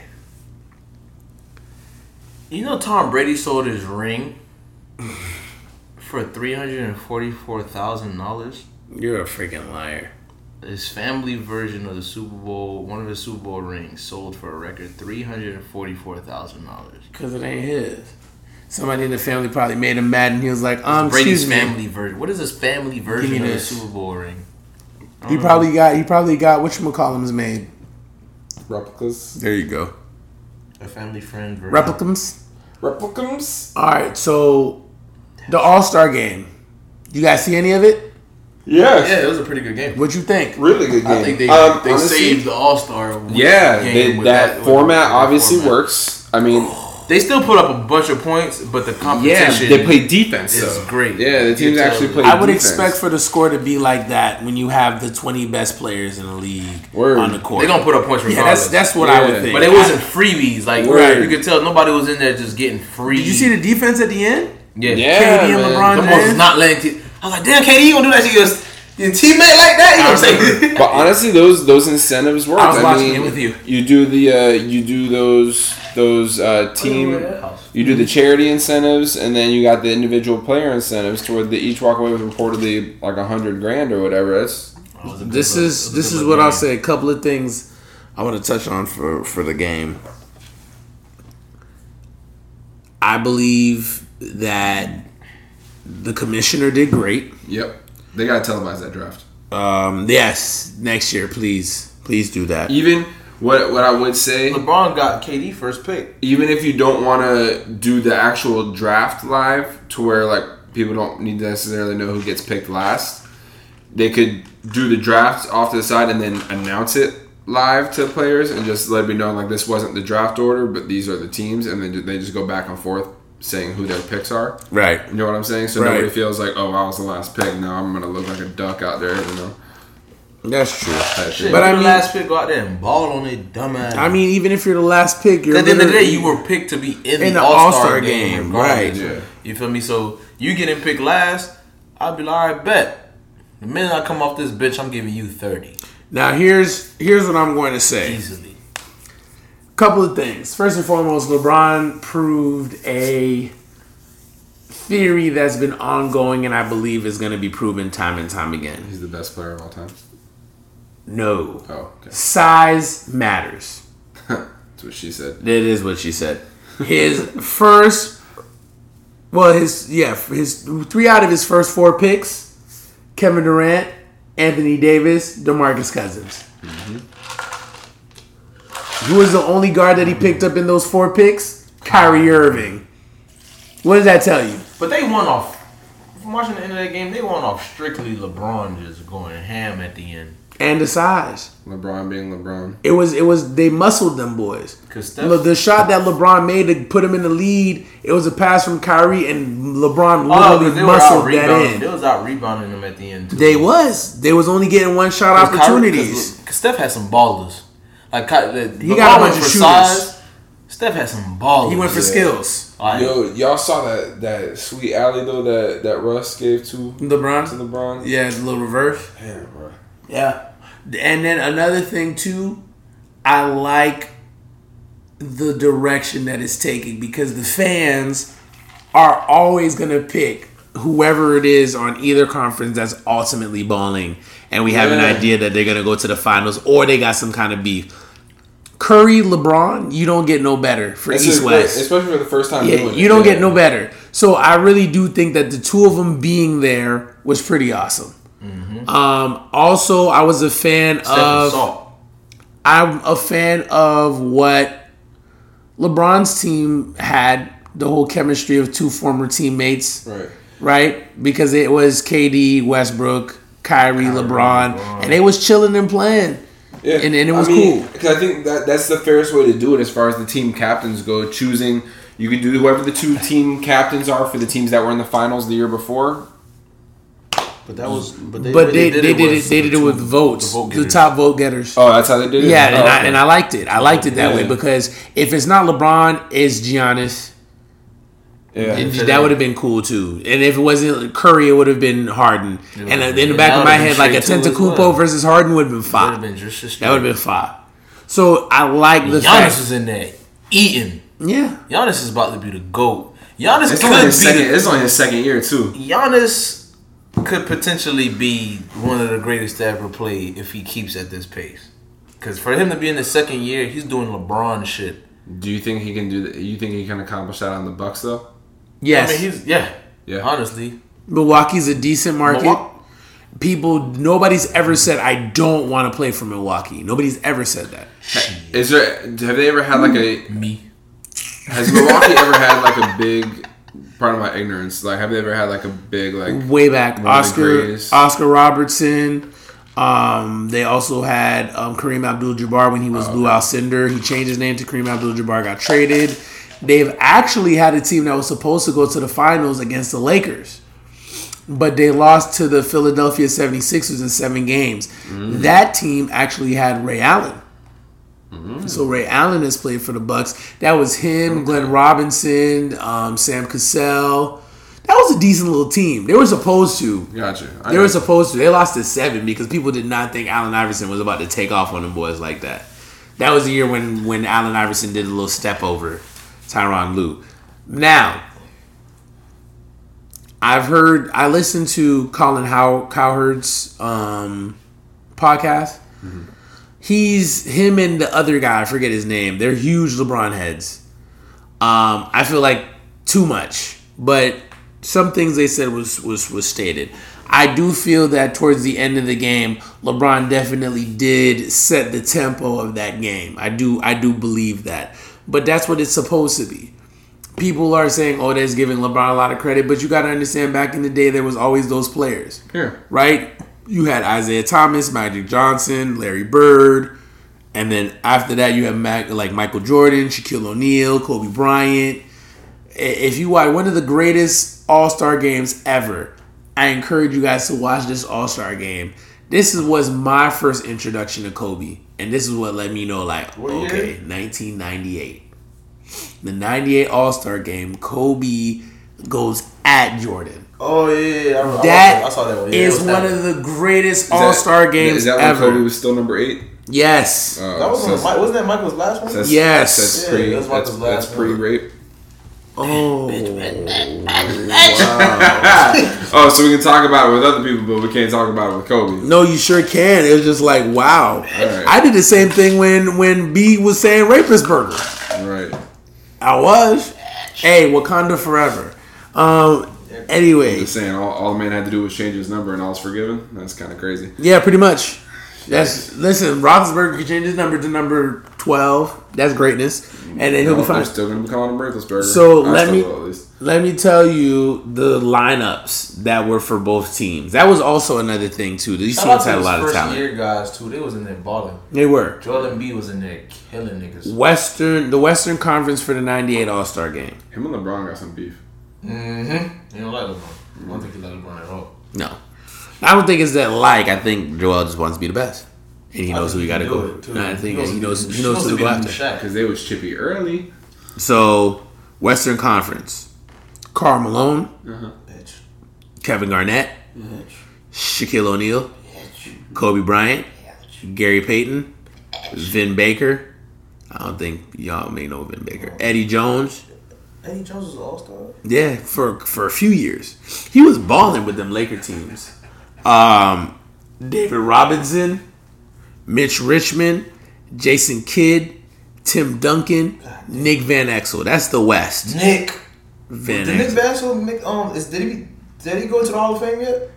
S3: You know, Tom Brady sold his ring for $344,000.
S1: you're a freaking liar.
S3: His family version of the Super Bowl, one of his Super Bowl rings, sold for a record three hundred and forty-four thousand dollars.
S1: Cause it ain't his. Somebody in the family probably made him mad, and he was like, "Um,
S3: Brady's
S1: excuse me."
S3: family version. What is his family version of the
S1: this.
S3: Super Bowl ring?
S1: He probably got he probably got which McCollum's made.
S2: Replicas.
S1: There you go.
S3: A family friend version.
S1: Replicums.
S2: Replicums?
S1: All right, so the All Star game. You guys see any of it?
S2: Yes.
S3: Yeah, it was a pretty good game.
S1: What you think?
S2: Really good game.
S3: I think they,
S2: Um,
S3: they
S2: honestly,
S3: saved the All Star.
S2: Yeah, they, that, format obviously works. I mean,
S3: They still put up a bunch of points, but the
S2: yeah,
S3: competition.
S2: they play defense.
S3: is
S2: though.
S3: great.
S2: Yeah, the teams
S3: It's, uh,
S2: actually play.
S1: I would
S2: defense.
S1: expect for the score to be like that when you have the twenty best players in the league
S2: Word.
S1: on the court.
S3: They gonna put up points regardless.
S1: yeah, that's that's what I would
S2: Yeah.
S1: think.
S3: but it wasn't freebies. Like
S2: Word.
S3: you could tell, nobody was in there just getting free.
S1: Did you see the defense at the end?
S3: Yeah.
S2: Yeah,
S1: KD and
S2: man.
S1: LeBron
S3: Them
S1: James?
S3: boys is not letting. T- I was like, damn, KD, you gonna do that to your, your teammate like that? You know what I'm saying?
S2: But honestly, those those incentives work.
S1: I was watching
S2: mean,
S1: it with you.
S2: You do the uh, you do those those uh, team. You do the charity incentives, and then you got the individual player incentives, to where they each walk away with reportedly like a hundred grand or whatever. That's
S1: This is this is what I'll say. A couple of things I want to touch on for for the game. I believe that the commissioner did great.
S2: yep. They gotta televise that draft.
S1: Um, yes, next year, please, please do that.
S2: Even what what I would say,
S3: LeBron got KD first pick.
S2: even if you don't want to do the actual draft live to where like people don't need to necessarily know who gets picked last they could do the draft off to the side and then announce it live to players and just let me know like this wasn't the draft order but these are the teams and then they just go back and forth saying who their picks are
S1: Right.
S2: you know what i'm saying so
S1: Right.
S2: nobody feels like oh i was the last pick now i'm gonna look like a duck out there you know
S1: That's true.
S2: type
S3: Shit,
S2: shit.
S1: But
S3: but
S1: I
S3: I
S1: mean-
S3: last pick go out there and ball on it, dumbass.
S1: I mean, even if you're the last pick, you're
S3: at the end of the day,
S1: literally-
S3: you were picked to be in,
S1: In
S3: the
S1: the
S3: All Star
S1: All-Star
S3: game,
S1: game,
S3: regardless.
S1: right.
S2: Yeah.
S3: You feel me? So you getting picked last, I'd be like, all right, bet. The minute I come off this bitch, I'm giving you thirty
S1: Now here's here's what I'm going to say.
S3: easily.
S1: couple of things. First and foremost, LeBron proved a theory that's been ongoing and I believe is going to be proven time and time again.
S2: he's the best player of all time
S1: No.
S2: oh okay
S1: Size matters.
S2: that's what she said
S1: That is what she said. His first well, his yeah, his three out of his first four picks, Kevin Durant, Anthony Davis, DeMarcus Cousins.
S3: Mm-hmm.
S1: Who was the only guard that he picked up in those four picks? Kyrie Irving. What does that tell you?
S3: But they won off. from watching the end of that game, they went off strictly LeBron just going ham at the end.
S1: and the size.
S2: LeBron being LeBron.
S1: It was it was they muscled them boys.
S3: Because Steph,
S1: Look, the shot that LeBron made to put him in the lead, it was a pass from Kyrie, and LeBron
S3: oh, 'cause
S1: literally
S3: they were out
S1: muscled that
S3: rebounding. They
S1: in.
S3: was out rebounding them at the end. Too.
S1: They was they was only getting one shot
S3: Cause Kyrie-
S1: opportunities.
S3: Cause, 'cause Steph had some ballers. Like Ky- the,
S1: He got a
S3: LeBron
S1: bunch
S3: went
S1: of
S3: for
S1: shooters.
S3: Steph had some ballers.
S1: He went for
S2: Yeah.
S1: skills.
S3: Like,
S2: Yo, y'all saw that that sweet alley though that that Russ gave to to
S1: LeBron,
S2: LeBron.
S1: yeah, a little reverse.
S2: Damn, bro.
S1: Yeah. And then another thing too, I like the direction that it's taking because the fans are always gonna pick whoever it is on either conference that's ultimately balling, and we have
S2: Yeah.
S1: an idea that they're gonna go to the finals or they got some kind of beef. Curry, LeBron, you don't get no better for
S2: It's
S1: East
S2: a-
S1: West.
S2: especially for the first time.
S1: Yeah,
S2: doing
S1: you
S2: it.
S1: don't
S2: Yeah.
S1: get no better. So I really do think that the two of them being there was pretty awesome. Um, also, I was a fan
S3: Steph was
S1: of.
S3: soft.
S1: I'm a fan of what LeBron's team had. The whole chemistry of two former teammates,
S2: Right.
S1: right? Because it was KD, Westbrook, Kyrie, LeBron, and they was chilling and playing.
S2: Yeah.
S1: And- and it was cool.
S2: Because I think that that's the fairest way to do it as far as the team captains go. Choosing you can do whoever the two team captains are for the teams that were in the finals the year before.
S3: But that was. But they,
S1: But
S3: what
S1: they, they, did it.
S3: was
S1: They did it
S3: two-
S1: with votes,
S3: the vote
S1: the
S3: getters.
S1: top vote getters.
S2: Oh, that's how they did it.
S1: Yeah, and,
S2: Oh,
S1: I, and I liked it. I liked it that way
S2: Yeah.
S1: because if it's not LeBron, it's Giannis.
S2: yeah.
S1: And that would have been cool too. And if it wasn't Curry, it would have been Harden. And in the
S3: And
S1: back
S3: that
S1: of my
S3: would've
S1: head,
S3: been
S1: like a
S3: straight too as
S1: Tentacupo
S3: well.
S1: versus Harden would have been
S3: That would have
S1: five.
S3: been just as
S1: That would have been five. So I like the
S3: Giannis
S1: fact.
S3: was in there eating.
S1: Yeah,
S3: Giannis is about to be the goat. Giannis
S2: It's
S3: could
S2: only
S3: be.
S2: his second.
S3: the-
S2: It's only his second year too.
S3: Giannis could potentially be one of the greatest to ever play if he keeps at this pace. Because for him to be in his second year, he's doing LeBron shit.
S2: Do you think he can do that? You think he can accomplish that on the Bucks though?
S1: yes.
S3: I mean, he's yeah.
S2: Yeah.
S3: Honestly,
S1: Milwaukee's a decent market.
S3: Milwaukee-
S1: People, nobody's ever said I don't want to play for Milwaukee. Nobody's ever said that.
S2: Is there? Have they ever had like a?
S3: me.
S2: Has Milwaukee ever had like a big? Part of my ignorance. Like, have they ever had like a big like?
S1: way back
S2: One of the
S1: Oscar
S2: greatest.
S1: Oscar Robertson. Um, they also had um, Kareem Abdul-Jabbar when he
S2: Oh,
S1: was Blue Alcindor. He changed his name to Kareem Abdul-Jabbar. Got traded. They've actually had a team that was supposed to go to the finals against the Lakers, but they lost to the Philadelphia 76ers in seven games.
S2: Mm-hmm.
S1: That team actually had Ray Allen.
S2: Mm-hmm.
S1: So Ray Allen has played for the Bucks. That was him, Glenn Robinson, um, Sam Cassell. That was a decent little team. They were supposed to.
S2: Gotcha. I
S1: They
S2: know.
S1: were supposed to. They lost to seven because people did not think Allen Iverson was about to take off on them boys like that. That was the year when when Allen Iverson did a little step over Tyron Lue. Now, I've heard I listened to Colin How Cowherd's um, podcast. He's him and the other guy. I forget his name. They're huge LeBron heads. Um, I feel like too much, but some things they said was was was stated. I do feel that towards the end of the game, LeBron definitely did set the tempo of that game. I do I do believe that, but that's what it's supposed to be. People are saying, "Oh, that's giving LeBron a lot of credit," but you got to understand, back in the day, there was always those players
S2: Here.
S1: right? You had Isaiah Thomas, Magic Johnson, Larry Bird, and then after that you had Mac, like Michael Jordan, Shaquille O'Neal, Kobe Bryant. I- If you watch one of the greatest All Star games ever, I encourage you guys to watch this All Star game. This is was my first introduction to Kobe, and this is what let me know like
S2: year?
S1: okay, 1998, the 98 All Star game, Kobe goes at Jordan.
S3: Oh yeah, yeah, yeah. I,
S1: That
S3: I, saw that one. Yeah,
S1: is
S3: it was
S1: one
S3: that
S1: of the greatest
S2: Is that-
S1: All Star games
S2: Is that when
S1: ever.
S2: Kobe was still number eight?
S1: yes,
S2: Uh,
S3: That was
S2: so
S3: one of
S2: that's-
S3: Mi- wasn't that Michael's last one?
S2: that's-
S1: Yes.
S2: That's
S3: Yeah,
S2: pretty.
S3: that's
S2: That's,
S3: Michael's
S2: that's,
S3: last
S2: pretty
S3: one.
S2: rape.
S1: Oh,
S2: Oh, so we can talk about it with other people, but we can't talk about it with Kobe.
S1: no, you sure can. It was just like wow.
S2: Alright.
S1: I did the same thing when when B was saying rapist burger.
S2: Right.
S1: I was. Hey, Wakanda forever. Um. Anyway,
S2: Just saying, all, all the man had to do was change his number, and all's forgiven. That's kind of crazy.
S1: yeah, pretty much. That's listen. Roethlisberger could change his number to number twelve. That's greatness, and then he'll be
S2: They're
S1: fine.
S2: still gonna be calling him Burger.
S1: So
S2: I
S1: let
S2: still
S1: me
S2: will, at least.
S1: let me tell you the lineups that were for both teams. That was also another thing too. These
S3: Shout out
S1: teams
S3: to
S1: had a
S3: those
S1: lot of
S3: first
S1: talent.
S3: year guys too. They was in there balling.
S1: They were
S3: Joel Embiid was in there killing
S1: Mm.
S3: niggas.
S1: Western, the Western Conference for the '98 All Star Game.
S2: Him and LeBron got some beef.
S3: Mm-hmm. You don't like LeBron. I don't think you like LeBron at all.
S1: No, I don't think it's that like. I think Joel just wants to be the best, and he knows who he got to
S3: do
S1: go.
S3: it, too.
S1: No, I think he knows
S3: he's
S1: he knows
S3: supposed
S1: who to
S3: be
S1: go
S3: in the
S1: after.
S3: Shaq.
S2: Because they was chippy early.
S1: So Western Conference, Carl Malone,
S3: Bitch.
S1: Kevin Garnett, Shaquille O'Neal, Kobe Bryant, Gary Payton, Vin Baker. I don't think y'all may know Vin Baker. Eddie Jones.
S3: Eddie Jones was an all star.
S1: Yeah, for for a few years, he was balling with them Laker teams. Um, David Robinson, Mitch Richmond, Jason Kidd, Tim Duncan, Nick Van Exel. That's the West.
S3: Nick.
S1: Van
S3: Did Nick
S1: Exel.
S3: Vassell make um is did he did he go into the Hall of Fame yet?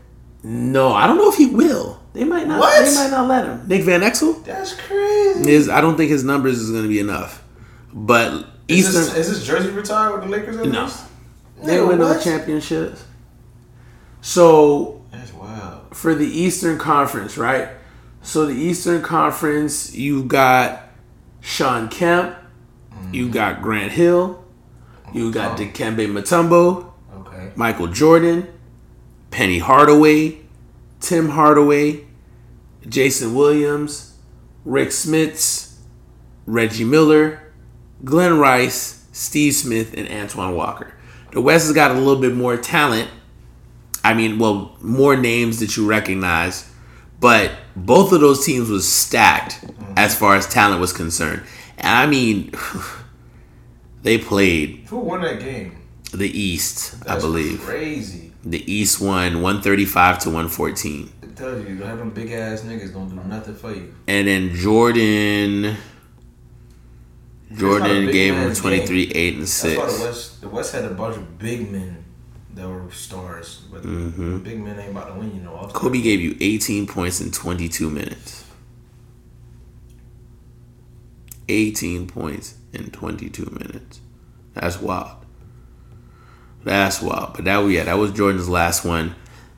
S1: No, I don't know if he will. They might not.
S3: What?
S1: They might not let him. Nick Van Exel.
S3: That's crazy.
S1: His, I don't think his numbers is going to be enough. But
S3: Is this,
S1: Eastern,
S3: is this jersey retired with the Lakers? In
S1: No.
S3: this?
S1: they
S3: Nigga,
S1: win no
S3: what?
S1: championships. So
S3: That's wild.
S1: for the Eastern Conference, right? So the Eastern Conference, you got Sean Kemp,
S3: Mm.
S1: you got Grant Hill, you got Dikembe Mutombo,
S3: Okay.
S1: Michael Jordan, Penny Hardaway, Tim Hardaway, Jason Williams, Rick Smits, Reggie Miller, Glenn Rice, Steve Smith, and Antoine Walker. The West has got a little bit more talent. I mean, well, more names that you recognize, but both of those teams was stacked as far as talent was concerned. And I mean, they played
S3: Who won that game?
S1: the East, I
S3: That's
S1: believe.
S3: Crazy.
S1: The East won 135 to 114.
S3: It tells you, having big ass niggas don't do nothing for you.
S1: And then Jordan
S3: That's not a
S1: Jordan
S3: big
S1: gave him
S3: man's
S1: 23 8 and
S3: That's why the
S1: 6.
S3: West, the West had a bunch of big men that were stars, but big men ain't about to win, you know. off-
S1: Mm-hmm. Kobe gave you 18 points in 22 minutes. 18 points in 22 minutes. That's wild. That's wild. But that yeah, that was Jordan's last one.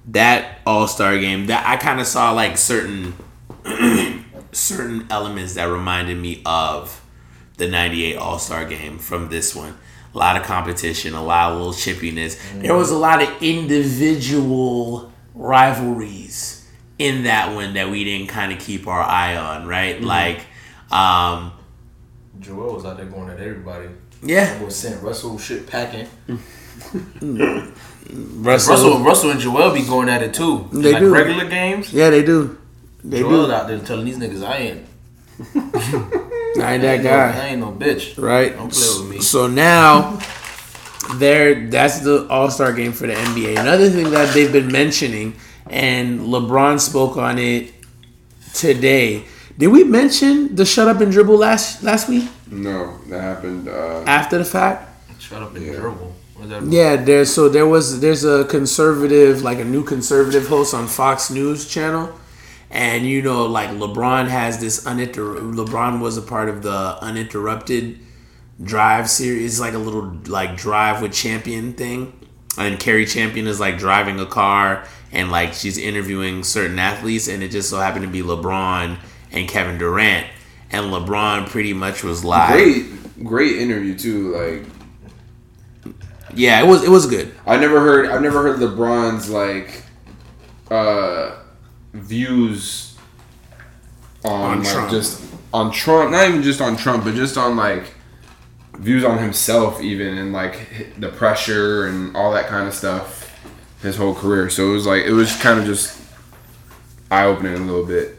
S1: That All Star game, that I kind of saw like certain certain elements that reminded me of the '98 All Star game from this one. A lot of competition, a lot of little chippiness. There was a lot of individual rivalries in that one that we didn't kind of keep our eye on, right? Like, um,
S3: Joel was out there going at everybody.
S1: yeah,
S3: Was sent Russell shit packing.
S1: Russell.
S3: Russell, Russell and Joel be going at it too.
S1: They
S3: like
S1: do.
S3: regular games.
S1: Yeah, they do. They
S3: Joel out there telling these niggas I ain't.
S1: do. I ain't that guy.
S3: I ain't no bitch.
S1: right?
S3: Don't play with me.
S1: So now, there. That's the All Star game for the NBA. Another thing that they've been mentioning, and LeBron spoke on it today. Did we mention the shut up and dribble last last week
S2: No, that happened. Uh,
S1: after the fact?
S3: Shut up and
S2: Yeah.
S3: dribble. What's that?
S1: Yeah, there. So there was there's a conservative, like a new conservative host on Fox News Channel, and you know, like LeBron has this uninter. LeBron was a part of the uninterrupted drive series, like a little like drive with Champion thing, and Carrie Champion is like driving a car and like she's interviewing certain athletes, and it just so happened to be LeBron and Kevin Durant, and LeBron pretty much was live.
S2: great, great interview too. Like
S1: Yeah, it was it was good.
S2: I never heard, I've never heard LeBron's like uh, views on,
S1: On
S2: like
S1: Trump.
S2: just on Trump. Not even just on Trump, but just on like views on himself, even and like h- the pressure and all that kind of stuff. His whole career, so it was like it was kind of just eye opening a little bit.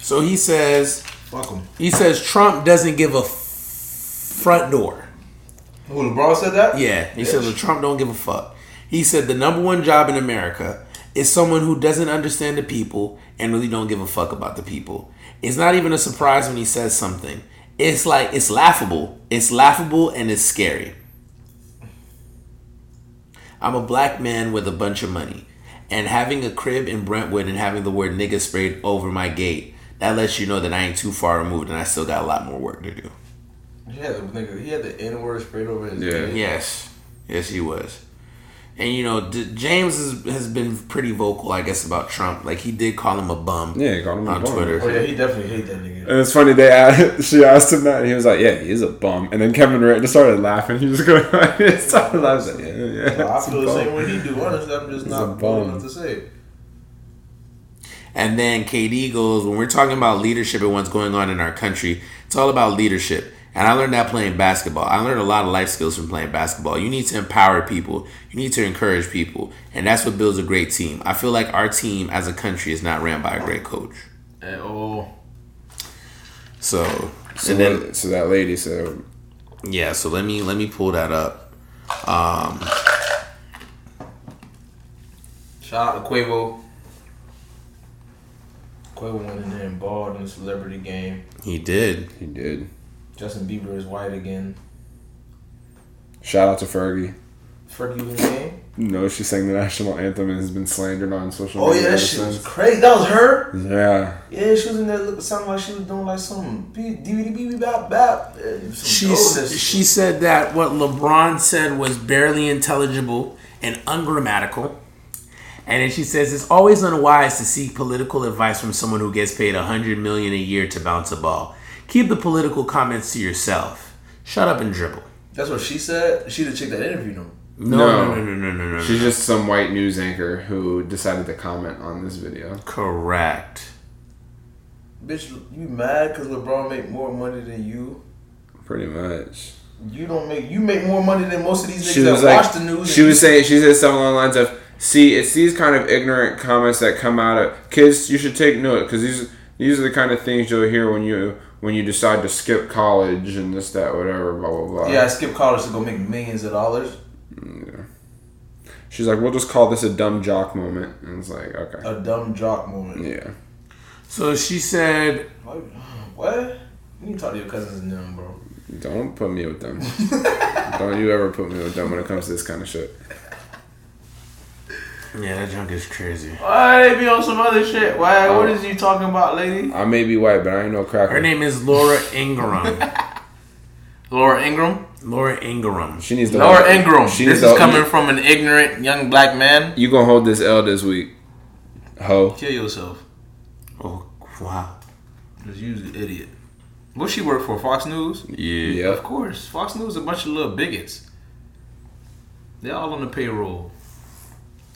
S1: So he says.
S3: Fuck him.
S1: He says Trump doesn't give a f- front door.
S3: Who LeBron said that?
S1: Yeah, he says that Trump don't give a fuck. He said the number one job in America is someone who doesn't understand the people and really don't give a fuck about the people. It's not even a surprise when he says something. It's like it's laughable. It's laughable and it's scary. I'm a black man with a bunch of money. And having a crib in Brentwood and having the word nigga sprayed over my gate that lets you know that I ain't too far removed and I still got a lot more work to do.
S3: He had the nigga. He had the N word sprayed over his.
S2: Yeah.
S3: dick.
S1: Yes, yes, he was. And you know, D- James has, has been pretty vocal, I guess, about Trump. Like he did call him a bum.
S6: Yeah, he called him a
S1: on
S6: bum.
S1: Twitter.
S3: Oh yeah, he definitely hate that nigga.
S6: And it's funny they asked, she asked him that, and he was like, "Yeah, he is a bum." And then Kevin Durant just started laughing. He just going, he started laughing. He's like, yeah, yeah.
S3: I
S6: it's a
S3: feel the
S6: bum."
S3: same way he do. Honestly, I'm just
S6: He's a
S3: not bold
S6: bum.
S3: enough to say it.
S1: And then KD goes, when we're talking about leadership and what's going on in our country, it's all about leadership. And I learned that playing basketball. I learned a lot of life skills from playing basketball. You need to empower people, you need to encourage people. And that's what builds a great team. I feel like our team as a country is not ran by a great coach.
S3: At all.
S1: So,
S6: So,
S1: and then,
S6: what- so that lady said,
S1: yeah, so let me let me pull that up. Um,
S3: Shout out to Quavo. Quavo went in there and balled in the celebrity game.
S1: he did.
S6: "He did."
S3: Justin Bieber is white again.
S6: Shout out to Fergie.
S3: Fergie was in the game.
S6: No, she sang the national anthem and has been slandered on social
S3: Oh
S6: media.
S3: yeah,
S6: ever
S3: that shit was
S6: since.
S3: crazy. That was her.
S6: Yeah,
S3: Yeah, she was in there looking sounding like she was doing like some DVD BB bop bap. eh, some
S1: She
S3: gold
S1: s-
S3: that
S1: she said that what LeBron said was barely intelligible and ungrammatical. And then she says it's always unwise to seek political advice from someone who gets paid 100 million a year to bounce a ball. Keep the political comments to yourself. Shut up and dribble.
S3: That's what she said. She the chick that interviewed him.
S1: No, no,
S2: No.
S1: no, no, no, no, no.
S2: She's just some white news anchor who decided to comment on this video.
S1: Correct.
S3: Bitch, you mad because LeBron make more money than you?
S6: pretty much.
S3: You don't make. You make more money than most of these
S6: She
S3: niggas
S6: was
S3: that
S6: like,
S3: watch the news.
S6: she was saying, she said something along the lines of, "See, it's these kind of ignorant comments that come out of kids. You should take note because these these are the kind of things you'll hear when you when you decide to skip college and this that whatever blah blah blah."
S3: Yeah, I skipped college to go make millions of dollars.
S6: She's like, "We'll just call this a dumb jock moment," and it's like, okay,
S3: A dumb jock moment.
S6: yeah.
S1: So she said
S3: Like, what? You need to talk to your cousins and them, bro.
S6: Don't put me with them. Don't you ever put me with them when it comes to this kind of shit.
S1: Yeah, that junk is crazy.
S3: Why they be on some other shit? Why?
S6: what
S3: What
S6: is
S3: is you talking about, lady?
S6: I may be white, but I ain't no cracker.
S1: Her name is Laura Ingram.
S3: Laura Ingram.
S1: Laura Ingram.
S6: She needs to.
S3: Laura Ingram.
S6: She
S3: this
S6: needs
S3: is
S6: to-
S3: coming from an ignorant young black man.
S6: You gonna hold this L this week, ho?
S3: Kill yourself.
S1: Oh, wow.
S3: Cause you're an idiot. What she work for? Fox News.
S1: Yeah.
S3: Of
S6: Yep.
S3: course, Fox News a bunch of little bigots. They're all on the payroll.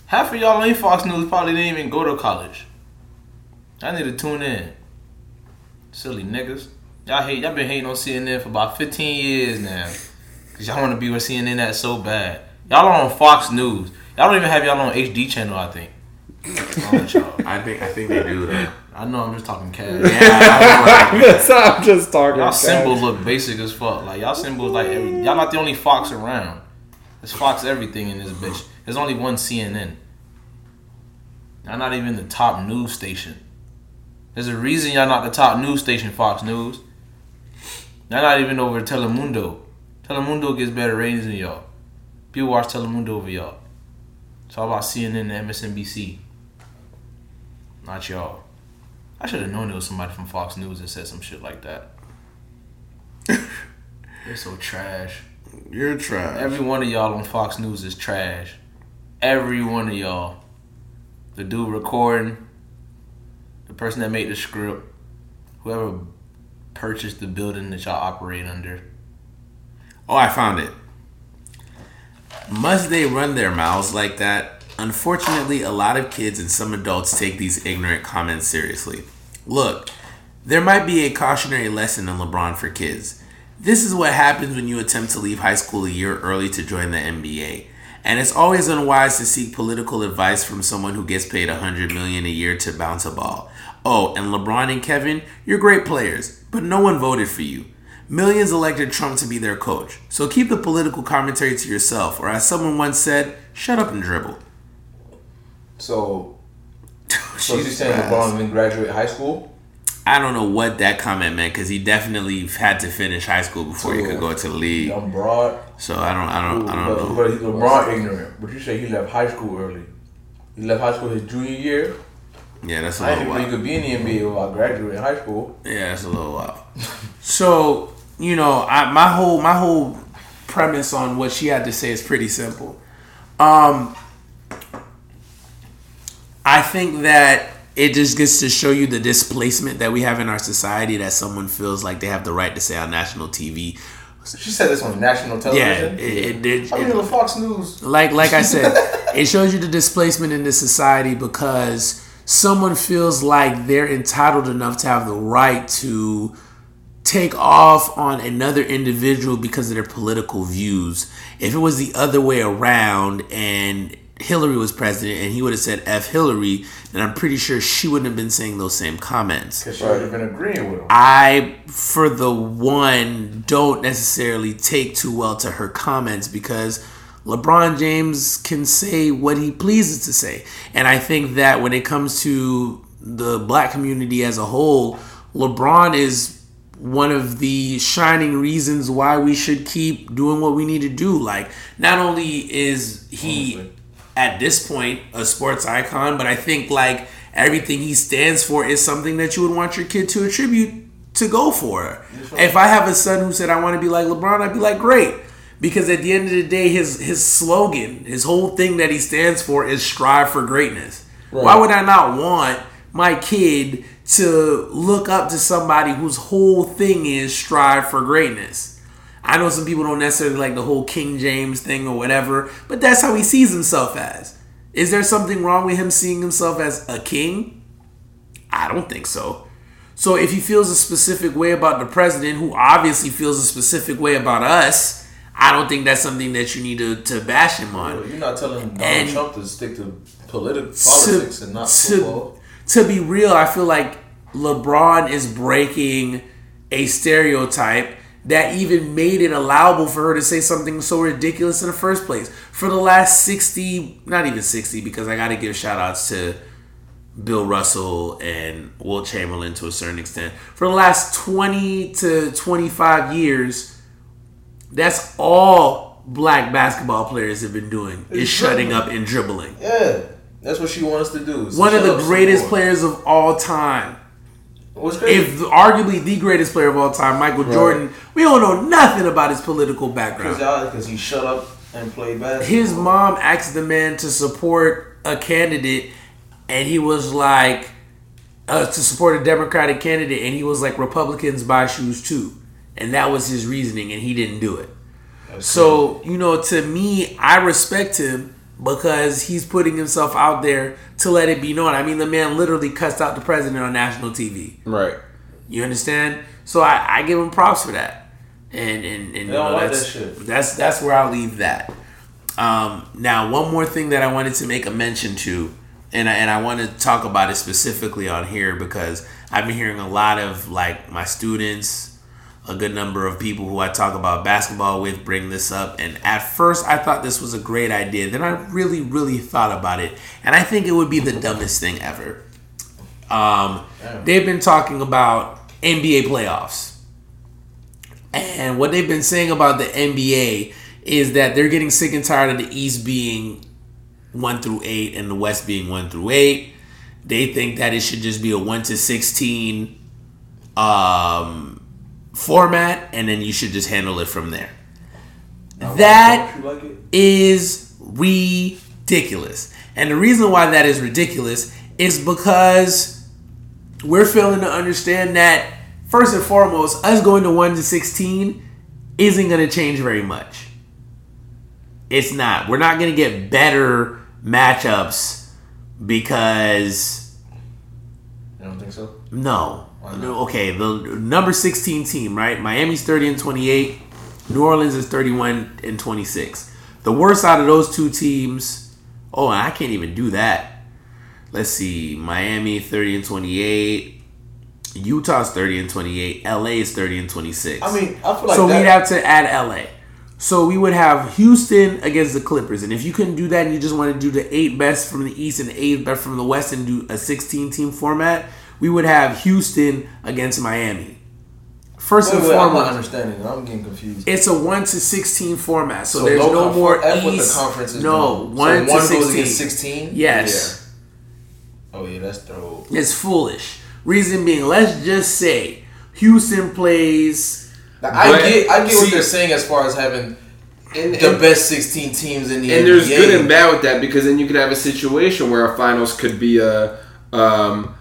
S3: Half of y'all in Fox News probably didn't even go to college. I need to tune in. Silly niggas. Y'all hate. Y'all been hating on CNN for about 15 years now. Cause y'all want to be with CNN at so bad. Y'all are on Fox News. Y'all don't even have y'all on HD channel. I think. I don't know y'all.
S1: I think I think they do though.
S3: I know I'm just talking cash.
S6: That's how I'm just talking.
S3: Y'all
S6: cash.
S3: symbols look basic as fuck. Like y'all symbols, like every, y'all not the only Fox around. There's Fox everything in this bitch. There's only one CNN. Y'all not even the top news station. There's a reason y'all not the top news station, Fox News. Y'all not even over Telemundo. Telemundo gets better ratings than y'all. People watch Telemundo over y'all. It's all about CNN and MSNBC. Not y'all. I should have known there was somebody from Fox News that said some shit like that. They're so trash.
S1: You're trash.
S3: Every one of y'all on Fox News is trash. Every one of y'all. The dude recording, the person that made the script, whoever purchased the building that y'all operate under.
S1: Oh, I found it. Must they run their mouths like that? Unfortunately, a lot of kids and some adults take these ignorant comments seriously. Look, there might be a cautionary lesson in LeBron for kids. This is what happens when you attempt to leave high school a year early to join the NBA. And it's always unwise to seek political advice from someone who gets paid 100 million a year to bounce a ball. Oh, and LeBron and Kevin, you're great players, but no one voted for you. Millions elected Trump to be their coach. So keep the political commentary to yourself, or as someone once said, shut up and dribble.
S3: So, so
S1: Jesus
S3: you saying
S1: Christ.
S3: LeBron didn't graduate high school?
S1: I don't know what that comment meant because he definitely had to finish high school before he could go to the league.
S3: I'm broad.
S1: So I don't, I don't, I
S3: But,
S1: don't know.
S3: but LeBron ignorant. But you say he left high school early. He left high school his junior year.
S1: Yeah, that's a
S3: I
S1: little
S3: didn't think you
S1: wild.
S3: could be in the NBA while I graduated high school.
S1: Yeah, that's a little wild. so you know, I my whole my whole premise on what she had to say is pretty simple. Um, I think that it just gets to show you the displacement that we have in our society that someone feels like they have the right to say on national TV.
S3: She said this on national
S1: Yeah,
S3: television.
S1: it, it, it,
S3: I mean,
S1: it-
S3: the Fox News.
S1: like like I said, it shows you the displacement in this society because someone feels like they're entitled enough to have the right to take off on another individual because of their political views. If it was the other way around and Hillary was president and he would have said F Hillary, then I'm pretty sure she wouldn't have been saying those same comments.
S3: Because she would have been agreeing with him.
S1: I, for the one, don't necessarily take too well to her comments because LeBron James can say what he pleases to say. And I think that when it comes to the black community as a whole, LeBron is one of the shining reasons why we should keep doing what we need to do. Like, not only is he at this point a sports icon, but I think like everything he stands for is something that you would want your kid to attribute to go for. If I have a son who said I want to be like LeBron, I'd be like, great. Because at the end of the day, his his slogan, his whole thing that he stands for is strive for greatness. Why would I not want my kid to look up to somebody whose whole thing is strive for greatness? I know some people don't necessarily like the whole King James thing or whatever, but that's how he sees himself as. Is there something wrong with him seeing himself as a king? I don't think so. So if he feels a specific way about the president, who obviously feels a specific way about us, I don't think that's something that you need to, to bash him on.
S3: You're not telling Donald
S1: And-
S3: Trump to stick to politi- politics and not football.
S1: to be real, I feel like LeBron is breaking a stereotype that even made it allowable for her to say something so ridiculous in the first place. For the last 60, not even 60, because I got to give shout outs to Bill Russell and Will Chamberlain to a certain extent. For the last 20 to 25 years, that's all black basketball players have been doing is shutting up and dribbling
S3: Yeah, that's what she wants to do. is to
S1: one of
S3: shut
S1: the
S3: up some
S1: greatest
S3: more.
S1: players of all time.
S3: What's crazy?
S1: If arguably the greatest player of all time, Michael Jordan, we don't know nothing about his political background.
S3: because he shut up and played basketball.
S1: His mom asked the man to support a candidate, and he was like, uh, to support a Democratic candidate, and he was like, Republicans buy shoes too. And that was his reasoning, and he didn't do it. So, you know, to me, I respect him because he's putting himself out there to let it be known. I mean, the man literally cussed out the president on national TV.
S6: Right.
S1: You understand? So I, I give him props for that. And and, and you
S3: don't
S1: know,
S3: like
S1: that's,
S3: that shit.
S1: that's that's where I'll leave that. Um, now one more thing that I wanted to make a mention to, and I, and I want to talk about it specifically on here because I've been hearing a lot of like my students, a good number of people who I talk about basketball with bring this up, and at first I thought this was a great idea. Then I really really thought about it, and I think it would be the dumbest thing ever. Um, they've been talking about NBA playoffs. And what they've been saying about the NBA is that they're getting sick and tired of the East being one through eight and the West being one through eight. They think that it should just be a one to sixteen um, format, and then you should just handle it from there. That
S3: Don't you like it?
S1: is ridiculous. And the reason why that is ridiculous is because we're failing to understand that first and foremost, us going to 1 to 16 isn't going to change very much. It's not. We're not going to get better matchups because
S3: You don't think so?
S1: no. No, Okay, the number 16 team, right? Miami's 30 and 28. New Orleans is 31 and 26. The worst out of those two teams. Oh, I can't even do that. Let's see. Miami 30 and 28. Utah's 30 and 28. LA is 30 and 26.
S3: I mean, I feel like
S1: so
S3: that,
S1: we'd have to add LA. So we would have Houston against the Clippers, and if you couldn't do that, and you just want to do the eight best from the East and the eight best from the West, and do a sixteen-team format, we would have Houston against Miami. First
S3: Wait,
S1: and
S3: wait, I'm not
S1: foremost,
S3: understanding. I'm getting confused.
S1: it's a one to sixteen format, so,
S3: So
S1: there's
S3: low
S1: no
S3: conf-
S1: more
S3: F
S1: East.
S3: what the conference is
S1: no
S3: doing.
S1: one
S3: so
S1: to
S3: one goes
S1: sixteen.
S3: against 16?
S1: Yes.
S3: Oh yeah, that's throw.
S1: It's foolish. Reason being, let's just say Houston plays.
S3: Like, I
S2: But-
S3: get, I get
S2: see-
S3: what they're saying as far as having
S2: And,
S3: the
S2: and,
S3: best sixteen teams in the
S2: and
S3: NBA.
S2: there's good and bad with that because then you could have a situation where a finals could be a um,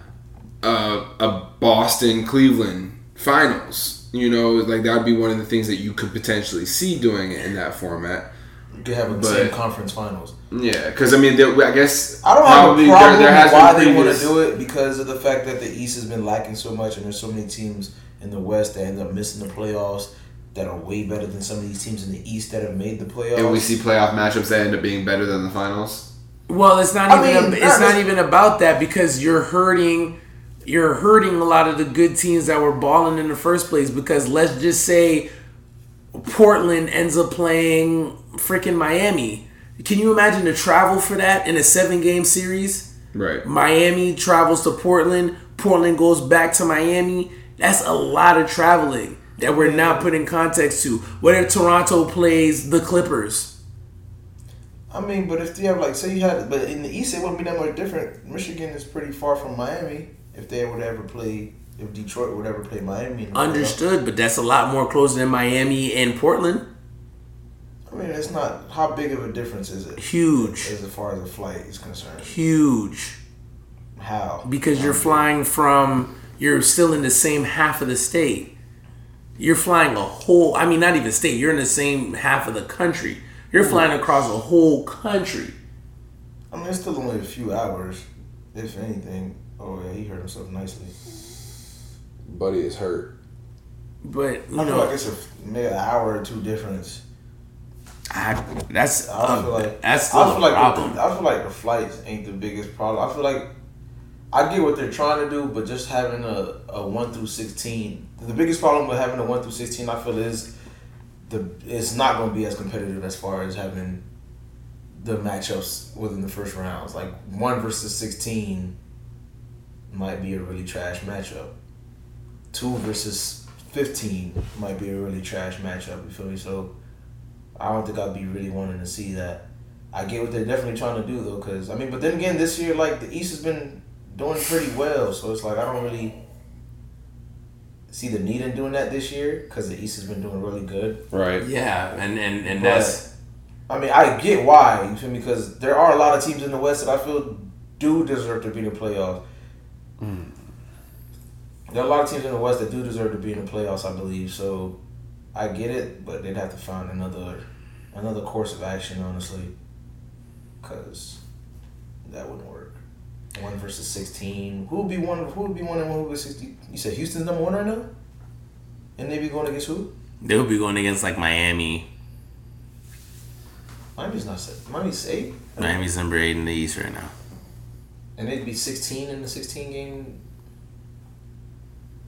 S2: a, a Boston Cleveland finals. You know, like that would be one of the things that you could potentially see doing it in that format.
S3: You could have a
S2: but-
S3: same conference finals.
S2: Yeah, because I mean, there, I guess
S3: I don't have a
S2: probably there-
S3: problem
S2: there has
S3: with why
S2: been
S3: they want to
S2: previous-
S3: do it because of the fact that the East has been lacking so much, and there's so many teams in the West that end up missing the playoffs that are way better than some of these teams in the East that have made the playoffs.
S2: And we see playoff matchups that end up being better than the finals.
S1: Well, it's not
S3: I
S1: even.
S3: mean,
S1: it's
S3: not-
S1: not even about that because you're hurting. You're hurting a lot of the good teams that were balling in the first place. Because let's just say Portland ends up playing freaking Miami. Can you imagine the travel for that in a seven game series?
S2: Right.
S1: Miami travels to Portland. Portland goes back to Miami. That's a lot of traveling that we're not putting context to. What if Toronto plays the Clippers?
S3: I mean, but if you have like, say you had, but in the East it wouldn't be that much different. Michigan is pretty far from Miami. If they would ever play, if Detroit would ever play Miami, in the playoffs.
S1: Understood, but that's a lot more closer than Miami and Portland.
S3: I mean, it's not how big of a difference is it
S1: Huge,
S3: as far as the flight is concerned.
S1: huge,
S3: How
S1: because you're flying from. You're still in the same half of the state. You're flying a whole. I mean, not even state. You're in the same half of the country. You're flying across a whole country.
S3: I mean, it's still only a few hours, if anything. Oh yeah, he hurt himself nicely.
S6: Buddy is hurt.
S1: But you
S3: I feel
S1: know,
S3: like it's a maybe an hour or two difference.
S1: I, that's
S3: I don't
S1: um,
S3: feel like
S1: that's still
S3: I feel
S1: a
S3: like
S1: problem.
S3: The, I feel like the flights ain't the biggest problem. I feel like I get what they're trying to do, but just having a, a one through sixteen, the biggest problem with having a one through sixteen, I feel is the it's not going to be as competitive as far as having the matchups within the first rounds. Like one versus sixteen might be a really trash matchup. Two versus fifteen might be a really trash matchup. You feel me? So I don't think I'd be really wanting to see that. I get what they're definitely trying to do though, because I mean, but then again, this year like the East has been doing pretty well, so it's like I don't really see the need in doing that this year because the East has been doing really good.
S6: Right.
S5: Yeah, and and and
S3: But-
S5: that's
S3: I mean, I get why you feel me because there are a lot of teams in the West that I feel do deserve to be in the playoffs. There are a lot of teams in the West that do deserve to be in the playoffs, I believe. So I get it, but they'd have to find another another course of action, honestly, because that wouldn't work. One versus sixteen. Who would be one? Who would be one and one? Who would be sixty? You said Houston's number one right now, and they be going against who?
S1: They'll be going against like Miami.
S3: Miami's not set. Miami's eight.
S1: Miami's number eight in the East right now.
S3: and it'd be 16 in the 16 game.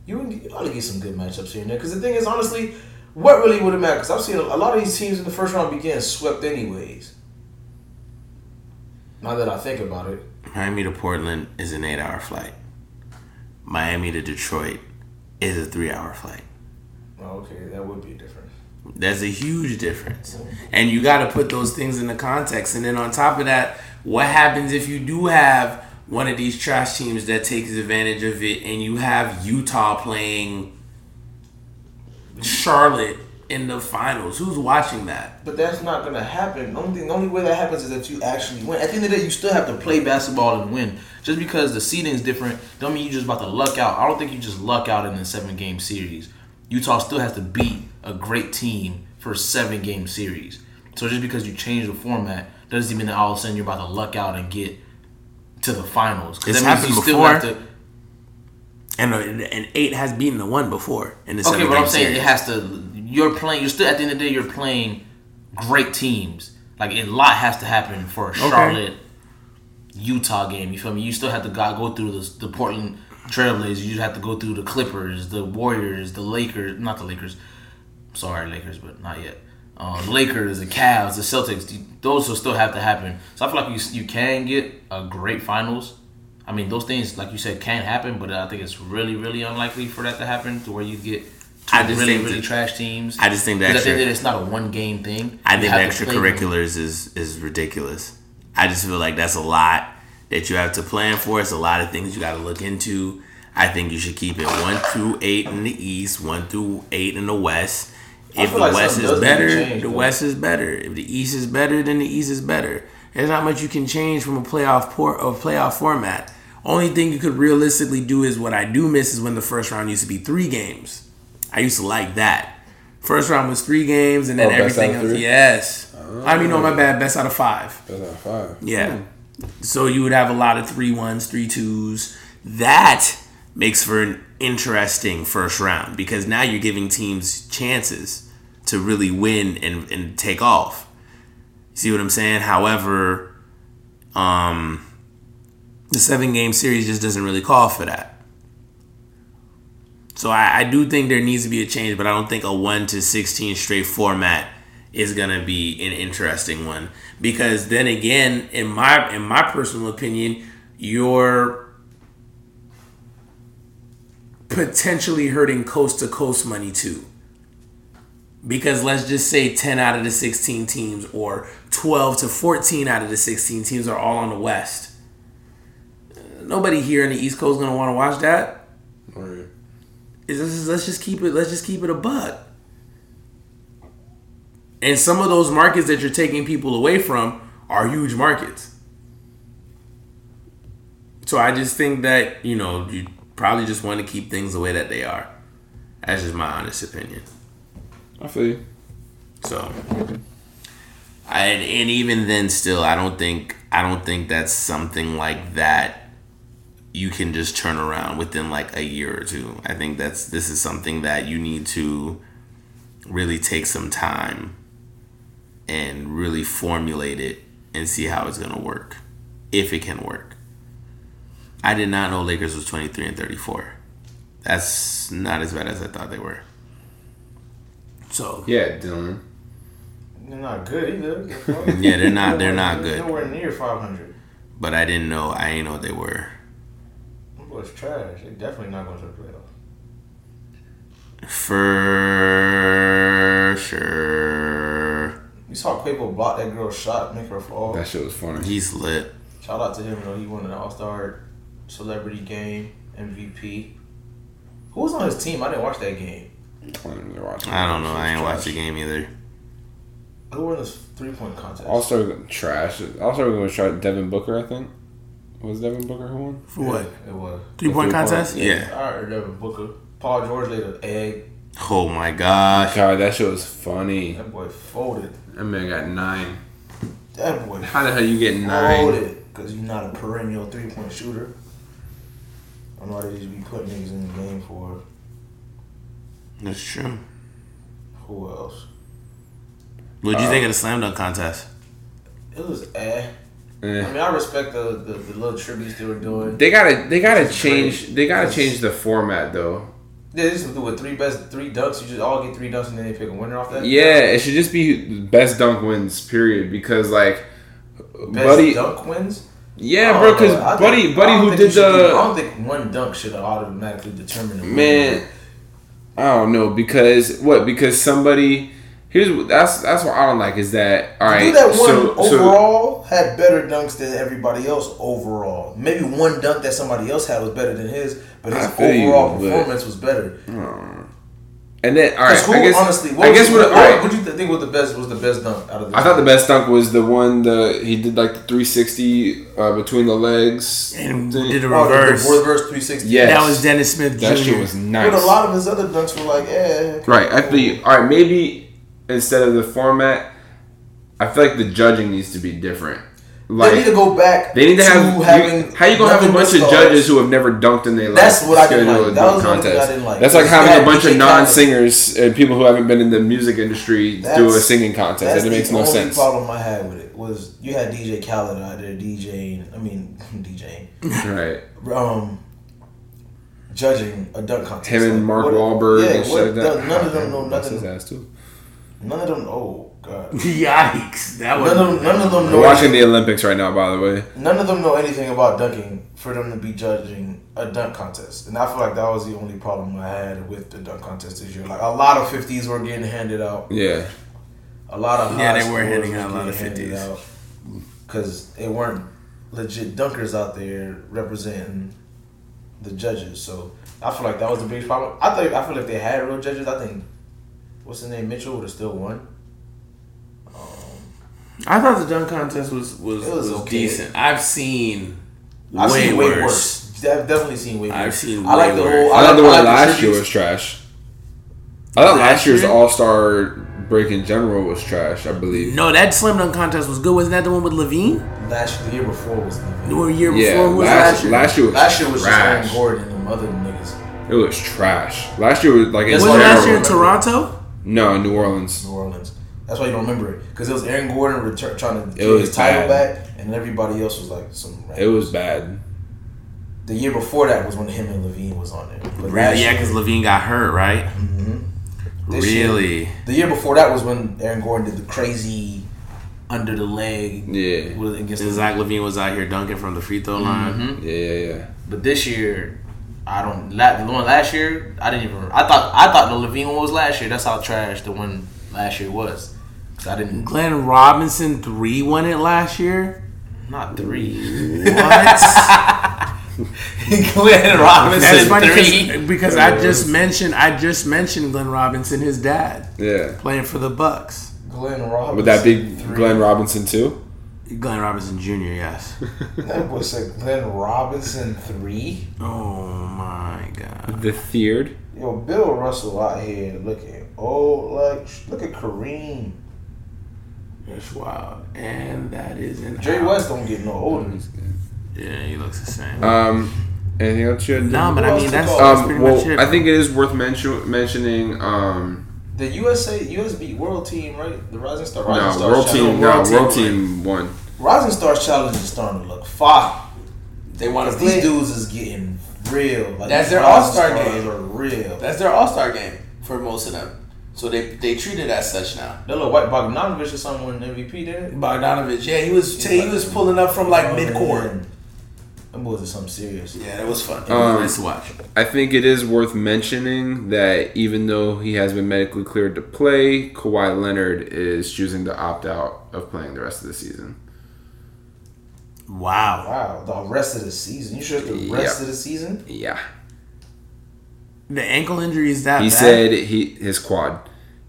S3: You would ought to get some good matchups here and there. Because the thing is, honestly, what really would it matter? Because I've seen a a lot of these teams in the first round be getting swept anyways. Now that I think about it,
S1: Miami to Portland is an eight-hour flight. Miami to Detroit is a three-hour flight.
S3: oh, okay, that would be different.
S1: That's a huge difference. And you got to put those things into context. And then on top of that, what happens if you do have one of these trash teams that takes advantage of it and you have Utah playing Charlotte in the finals? Who's watching that?
S3: But that's not gonna happen. The only thing, the only way that happens is that you actually win. At the end of the day, you still have to play basketball and win. Just because the seeding is different, don't mean you just about to luck out. I don't think you just luck out in the seven game series. Utah still has to beat a great team for a seven game series. So just because you change the format doesn't mean that all of a sudden you're about to luck out and get to the finals. 'Cause
S1: It's
S3: that means
S1: happened
S3: you still
S1: before.
S3: have to.
S1: And an eight has beaten the one before in the
S3: Okay,
S1: seven
S3: but I'm
S1: game
S3: saying
S1: series.
S3: it has to. You're playing. You're still at the end of the day. You're playing great teams. Like a lot has to happen for a Charlotte, Utah game. You feel me? You still have to go, go through this, the Portland Trailblazers. You have to go through the Clippers, the Warriors, the Lakers. Not the Lakers. Sorry, Lakers, but not yet. Um, Lakers, the Cavs, the Celtics. you- Those will still have to happen. So I feel like you s- you can get a great finals. I mean, those things, like you said, can happen, but I think it's really, really unlikely for that to happen to where you get two
S1: I just
S3: really,
S1: think
S3: really
S1: that-
S3: trash teams.
S1: I just think the
S3: Because I
S1: extra-
S3: think that it's not a one game thing.
S1: I
S3: You
S1: think the
S3: have to play them.
S1: extracurriculars is is ridiculous. I just feel like that's a lot. that you have to plan for. It's a lot of things you got to look into. I think you should keep it one through eight in the East, one through eight in the West. If the
S6: feel like
S1: West
S6: something
S1: is
S6: does need to
S1: better,
S6: change,
S1: the
S6: though.
S1: West is better. If the East is better, then the East is better. There's not much you can change from a playoff port of playoff format. Only thing you could realistically do is what I do miss is when the first round used to be three games. I used to like that. First round was three games, and then
S7: Oh, best
S1: everything
S7: out of
S1: else.
S7: three? Oh.
S1: Yes. I mean, no, my bad. Best out of five.
S7: That's not five.
S1: Yeah. So you would have a lot of three ones, three twos. That makes for an interesting first round because now you're giving teams chances to really win and, and take off. See what I'm saying? However, um, the seven game series just doesn't really call for that. So I, I do think there needs to be a change, but I don't think a one to sixteen straight format is gonna be an interesting one because then again, in my in my personal opinion, you're potentially hurting coast to coast money too. Because let's just say 10 out of the 16 teams or 12 to 14 out of the 16 teams are all on the West. Nobody here in the East Coast is gonna want to watch that
S7: Right.
S1: is this is let's just keep it let's just keep it a bud. And some of those markets that you're taking people away from are huge markets. So I just think that, you know, you probably just want to keep things the way that they are. That's just my honest opinion.
S2: I feel you.
S1: So, I, and, and even then, still, I don't think I don't think that's something like that you can just turn around within like a year or two. I think that's this is something that you need to really take some time and really formulate it and see how it's gonna work, if it can work. I did not know Lakers was twenty three and thirty four. That's not as bad as I thought they were. So
S2: Yeah, Dylan.
S6: They're not good either. yeah,
S1: yeah, they're not they're not good.
S6: Nowhere near 500.
S1: but I didn't know. I ain't know they were.
S6: Them boys trash. They definitely not going to the playoffs.
S1: For sure,
S6: You saw Quavo block that girl's shot, make her fall.
S2: That shit was funny.
S1: he's lit.
S6: Shout out to him though. He won an All Star Celebrity Game MVP. Who was on his team? I didn't watch that game.
S2: I didn't really watch
S1: I don't know. I ain't watched the game either.
S6: Who won this three point contest?
S2: Also trash. Also going to try Devin Booker. I think was Devin Booker who won.
S1: For
S6: It was.
S1: Three point
S2: three-point?
S1: contest?
S6: I
S1: Yeah.
S6: heard Devin Booker. Paul George laid an egg.
S1: Oh my gosh.
S2: God, that shit was funny.
S6: That boy folded.
S2: That man got nine.
S6: That boy
S2: How the hell you get
S6: folded. Because you're not a perennial three point shooter. I know they just be putting niggas in the game for
S1: That's true.
S6: who else?
S1: What'd you think of the slam dunk contest?
S6: It was eh. I
S2: Eh.
S6: mean, I respect the, the, the little tributes they were doing.
S2: They gotta, they gotta
S6: That's
S2: change. They gotta
S6: That's-
S2: change the format though.
S6: Yeah, this is with three best, three dunks. You just all get three dunks and then they pick a winner off that.
S2: Yeah, it should just be best dunk wins. Period. Because like,
S6: Best
S2: buddy,
S6: dunk wins.
S2: yeah,
S6: I
S2: bro.
S6: don't know.
S2: Because
S6: I
S2: buddy,
S6: think- I
S2: buddy,
S6: don't
S2: who
S6: think you
S2: did
S6: should do- I
S2: the
S6: don't think one dunk should automatically determine the winner.
S2: man? I don't know because what? Because somebody. Here's what- that's that's what I don't like is that all right.
S6: Dude, that one
S2: so- so-
S6: overall had better dunks than everybody else overall. Maybe one dunk that somebody else had was better than his, but his
S2: I feel you,
S6: overall
S2: but-
S6: performance was better.
S2: and then all right.
S6: 'Cause who,
S2: I guess
S6: honestly, what
S2: I
S6: was-
S2: guess what,
S6: what,
S2: all right,
S6: what do you think was the best was the best dunk out of the?
S2: I thought the best dunk was the one the he did like the 360 uh, between the legs.
S1: And
S2: thing.
S1: did a
S6: Oh, the- the
S1: reverse.
S6: reverse 360.
S2: Yes.
S1: That was Dennis Smith
S2: that shit
S1: Jr.
S2: was nice.
S6: But a lot of his other dunks were like, eh.
S2: right, I feel you. All right, maybe instead of the format, I feel like the judging needs to be different. Like
S6: they need to go back.
S2: They need to have you-
S6: having
S2: how you gonna have a
S6: nothing but
S2: bunch of
S6: stars.
S2: judges who have never dunked in their life?
S6: That's what I didn't
S2: schedule
S6: like.
S2: a
S6: That
S2: dunk
S6: was the only thing I
S2: contest.
S6: didn't like.
S2: That's like
S6: They
S2: having
S6: had
S2: a bunch of
S6: DJ Khaled.
S2: non-singers and people who haven't been in the music industry do a
S6: That's-
S2: singing contest.
S6: That's
S2: That makes
S6: the
S2: no
S6: only
S2: sense.
S6: problem I had with it was you had DJ Khaled out there DJing. I mean, DJing.
S2: Right,
S6: Um, judging a dunk contest.
S2: him and
S6: Like,
S2: Mark
S6: what-
S2: Wahlberg and shit
S6: what
S2: like
S6: dunk-
S2: that.
S6: None of them know
S2: That's his
S6: nothing.
S2: ass too.
S6: None of them. Oh god.
S1: Yikes! That
S6: None
S1: was.
S6: of them. None of them
S2: We're
S6: know.
S2: watching the Olympics right now, by the way.
S6: None of them know anything about dunking for them to be judging a dunk contest. And I feel like that was the only problem I had with the dunk contest this year. Like a lot of fifties were getting handed out.
S2: Yeah,
S6: A lot of
S1: Yeah,
S6: high
S1: they were
S6: scores
S1: handing
S6: was
S1: out a lot of
S6: getting handed
S1: 50s.
S6: out Cause they weren't legit dunkers out there representing the judges. So I feel like that was the biggest problem. I think I feel like they had real judges. I think what's his name Mitchell would have still won.
S1: I thought the dunk contest was was,
S6: It
S1: was,
S6: was okay.
S1: decent. I've seen
S6: I've
S1: way,
S6: seen
S1: worse.
S6: way worse. De- I've definitely seen way worse.
S1: I've seen
S6: I like
S1: way
S6: the
S1: worse.
S6: whole.
S2: I thought the
S6: like-
S2: one
S6: I
S2: last
S6: like
S2: year
S6: tributes.
S2: was trash. I thought
S1: Last
S2: last year's
S1: year?
S2: All Star break in general was trash. I believe.
S1: No, that slam dunk contest was good. Wasn't that the one with Levine?
S6: last year, the year before was.
S1: The one year
S2: Yeah,
S1: before who was
S2: last, last year was
S6: Last year was just Aaron
S2: trash.
S6: Gordon and them other niggas.
S2: It was trash. Last year was like it
S6: That's
S1: was
S6: why I
S1: last
S6: don't
S1: year in
S6: remember.
S1: Toronto?
S2: No, New Orleans.
S6: New Orleans. That's why you don't remember it because it was Aaron Gordon return, trying to
S2: It
S6: get
S2: was
S6: his title
S2: bad.
S6: back, and everybody else was like some.
S2: It was bad.
S6: the year before that was when him and Levine was on it. But last
S1: Really? Yeah, because
S6: year-
S1: Levine got hurt, right?
S6: Mm-hmm. This
S1: really?
S6: the year before that was when Aaron Gordon did the crazy under the leg
S2: Yeah.
S6: with against.
S1: And
S6: The,
S1: Zach Levine was out here dunking from the free throw line.
S6: Mm-hmm.
S2: Yeah, yeah, yeah.
S6: but this year, I don't. la- The one last year, I didn't even. I thought I thought the Levine one was last year. That's how trash the one last year was. 'Cause I didn't
S1: Glenn Robinson three won it last year.
S6: not three.
S1: What?
S6: Glenn
S1: That's
S6: Robinson
S1: funny 'cause-
S6: three.
S1: because I just mentioned I just mentioned Glenn Robinson, his dad,
S2: Yeah.
S1: playing for the Bucks.
S6: Glenn Robinson.
S2: Would that be Glenn Robinson too?
S1: Glenn Robinson Jr. Yes.
S6: That was a Glenn Robinson three.
S1: oh my god.
S2: The third.
S6: Yo, Bill Russell out here looking old. Like, sh- look at Kareem.
S1: That's wild. And that is in.
S6: Jay West don't get no older.
S1: Yeah, he looks the same.
S2: Um. Anything else you had?
S1: no, but
S6: who
S1: I
S6: else
S1: mean
S6: to
S1: that's,
S6: call?
S1: that's
S2: um,
S1: pretty
S2: well,
S1: much it.
S2: I think it is worth mention- mentioning. Um,
S6: The USA USB World Team, right? The Rising Star. Rising
S2: no,
S6: Stars
S2: world team.
S6: Challenge.
S2: No,
S1: World
S2: world,
S1: Team
S2: team won.
S6: Rising Stars Challenge is starting to look fire.
S8: They want to
S6: Cause these
S8: play.
S6: dudes is getting real. Like
S8: That's their
S6: Rising
S8: all-star
S6: Stars
S8: game.
S6: Are real.
S8: That's their all star game for most of them. So they they treat it as such now.
S6: That little white Bogdanovich or someone MVP there.
S8: Bogdanovich, yeah, he was he was pulling up from like mid court.
S6: Oh, Them boys are something serious.
S8: Yeah, that was fun.
S2: Um,
S1: nice to watch.
S2: I think it is worth mentioning that even though he has been medically cleared to play, Kawhi Leonard is choosing to opt out of playing the rest of the season.
S1: Wow.
S6: Wow, the rest of the season. You sure it's the rest
S2: Yeah.
S6: of the season?
S2: Yeah,
S1: The ankle injury is that
S2: he
S1: bad.
S2: said he his quad.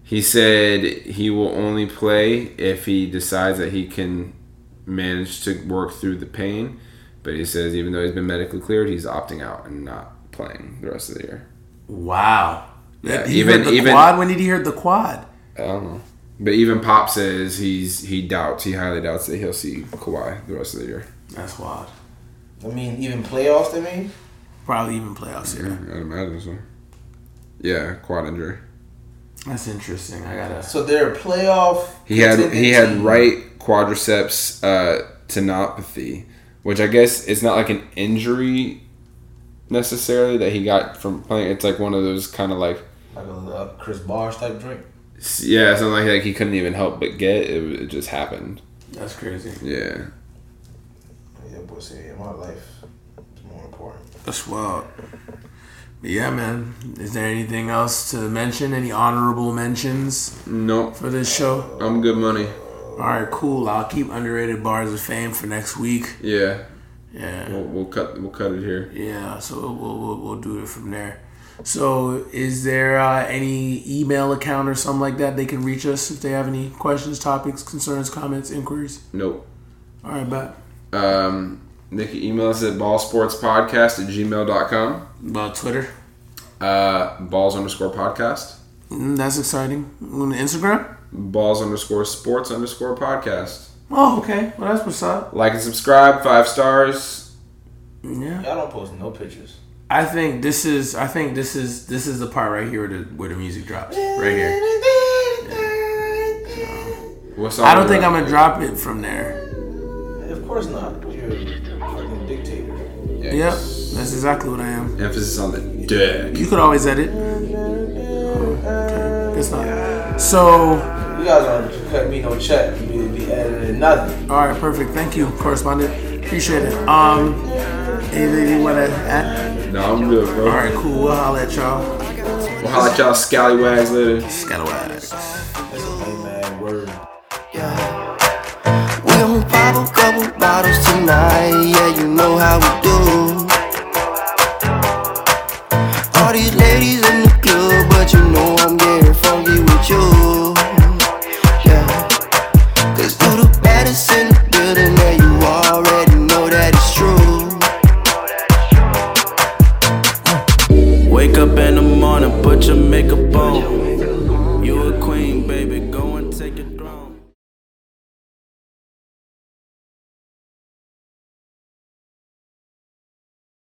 S2: He said he will only play if he decides that he can manage to work through the pain. But he says even though he's been medically cleared, he's opting out and not playing the rest of the year.
S1: Wow.
S2: Yeah,
S1: he
S2: even-
S1: heard the
S2: even-
S1: quad. When did he hear the quad?
S2: I don't know. But even Pop says he's he doubts he highly doubts that he'll see Kawhi the rest of the year.
S1: That's wild.
S6: I mean, even playoffs. I mean,
S1: Probably even playoffs here.
S2: I'd imagine so. Yeah, quad injury.
S1: That's interesting. I gotta.
S6: so they're a playoff.
S2: He had
S6: contending
S2: he had
S6: team.
S2: right quadriceps uh, tenopathy, which I guess is not like an injury necessarily that he got from playing. It's like one of those kind of like
S6: like a uh, Chris Bosh type drink.
S2: s- yeah, something like that. He couldn't even help but get it. w- It just happened.
S1: That's crazy.
S2: Yeah,
S6: Yeah, boy, say my life is more important.
S1: That's wild. But yeah, man. Is there anything else to mention? Any honorable mentions
S2: nope.
S1: for this show?
S2: I'm good money.
S1: All right, cool. I'll keep underrated bars of fame for next week.
S2: Yeah,
S1: Yeah,
S2: we'll, we'll cut we'll cut it here.
S1: yeah. So we'll we'll, we'll do it from there. So, is there uh, any email account or something like that they can reach us if they have any questions, topics, concerns, comments, inquiries?
S2: Nope.
S1: All right, bye.
S2: Um, they can email us at ballsportspodcast at gmail.com.
S1: About Twitter.
S2: Uh, balls underscore podcast.
S1: Mm, that's exciting. On Instagram.
S2: Balls underscore sports underscore podcast.
S1: Oh, okay. Well, that's what's up.
S2: Like and subscribe, five stars.
S1: Yeah.
S6: Y'all don't post no pictures.
S1: I think this is. I think this is. This is the part right here where the, where the music drops. Right here.
S2: What song
S1: I don't think
S2: do
S1: I'm
S2: you
S1: gonna drop it from there.
S6: Of course not. You're a fucking dictator.
S2: like?
S1: Yep. That's exactly what I am.
S2: Emphasis on the dick.
S1: You could always edit. Oh, Okay. It's not. So.
S6: You guys aren't cutting me no check. You be editing nothing.
S1: All right. Perfect. Thank you, correspondent. Appreciate it. Um. Anything you wanna add?
S2: No, I'm good, bro.
S1: All right. Cool. We'll holla at y'all.
S2: We'll holla at y'all scallywags later.
S1: Scalawags.
S6: That's a lame ass word.
S9: We don't bottle, couple couple bottles tonight, yeah, you know how we do. All these ladies in the club, but you know I'm getting funky with you. Yeah. Cause you the baddest in the building, and you already know that it's true.
S4: Wake up in the morning, put your makeup on.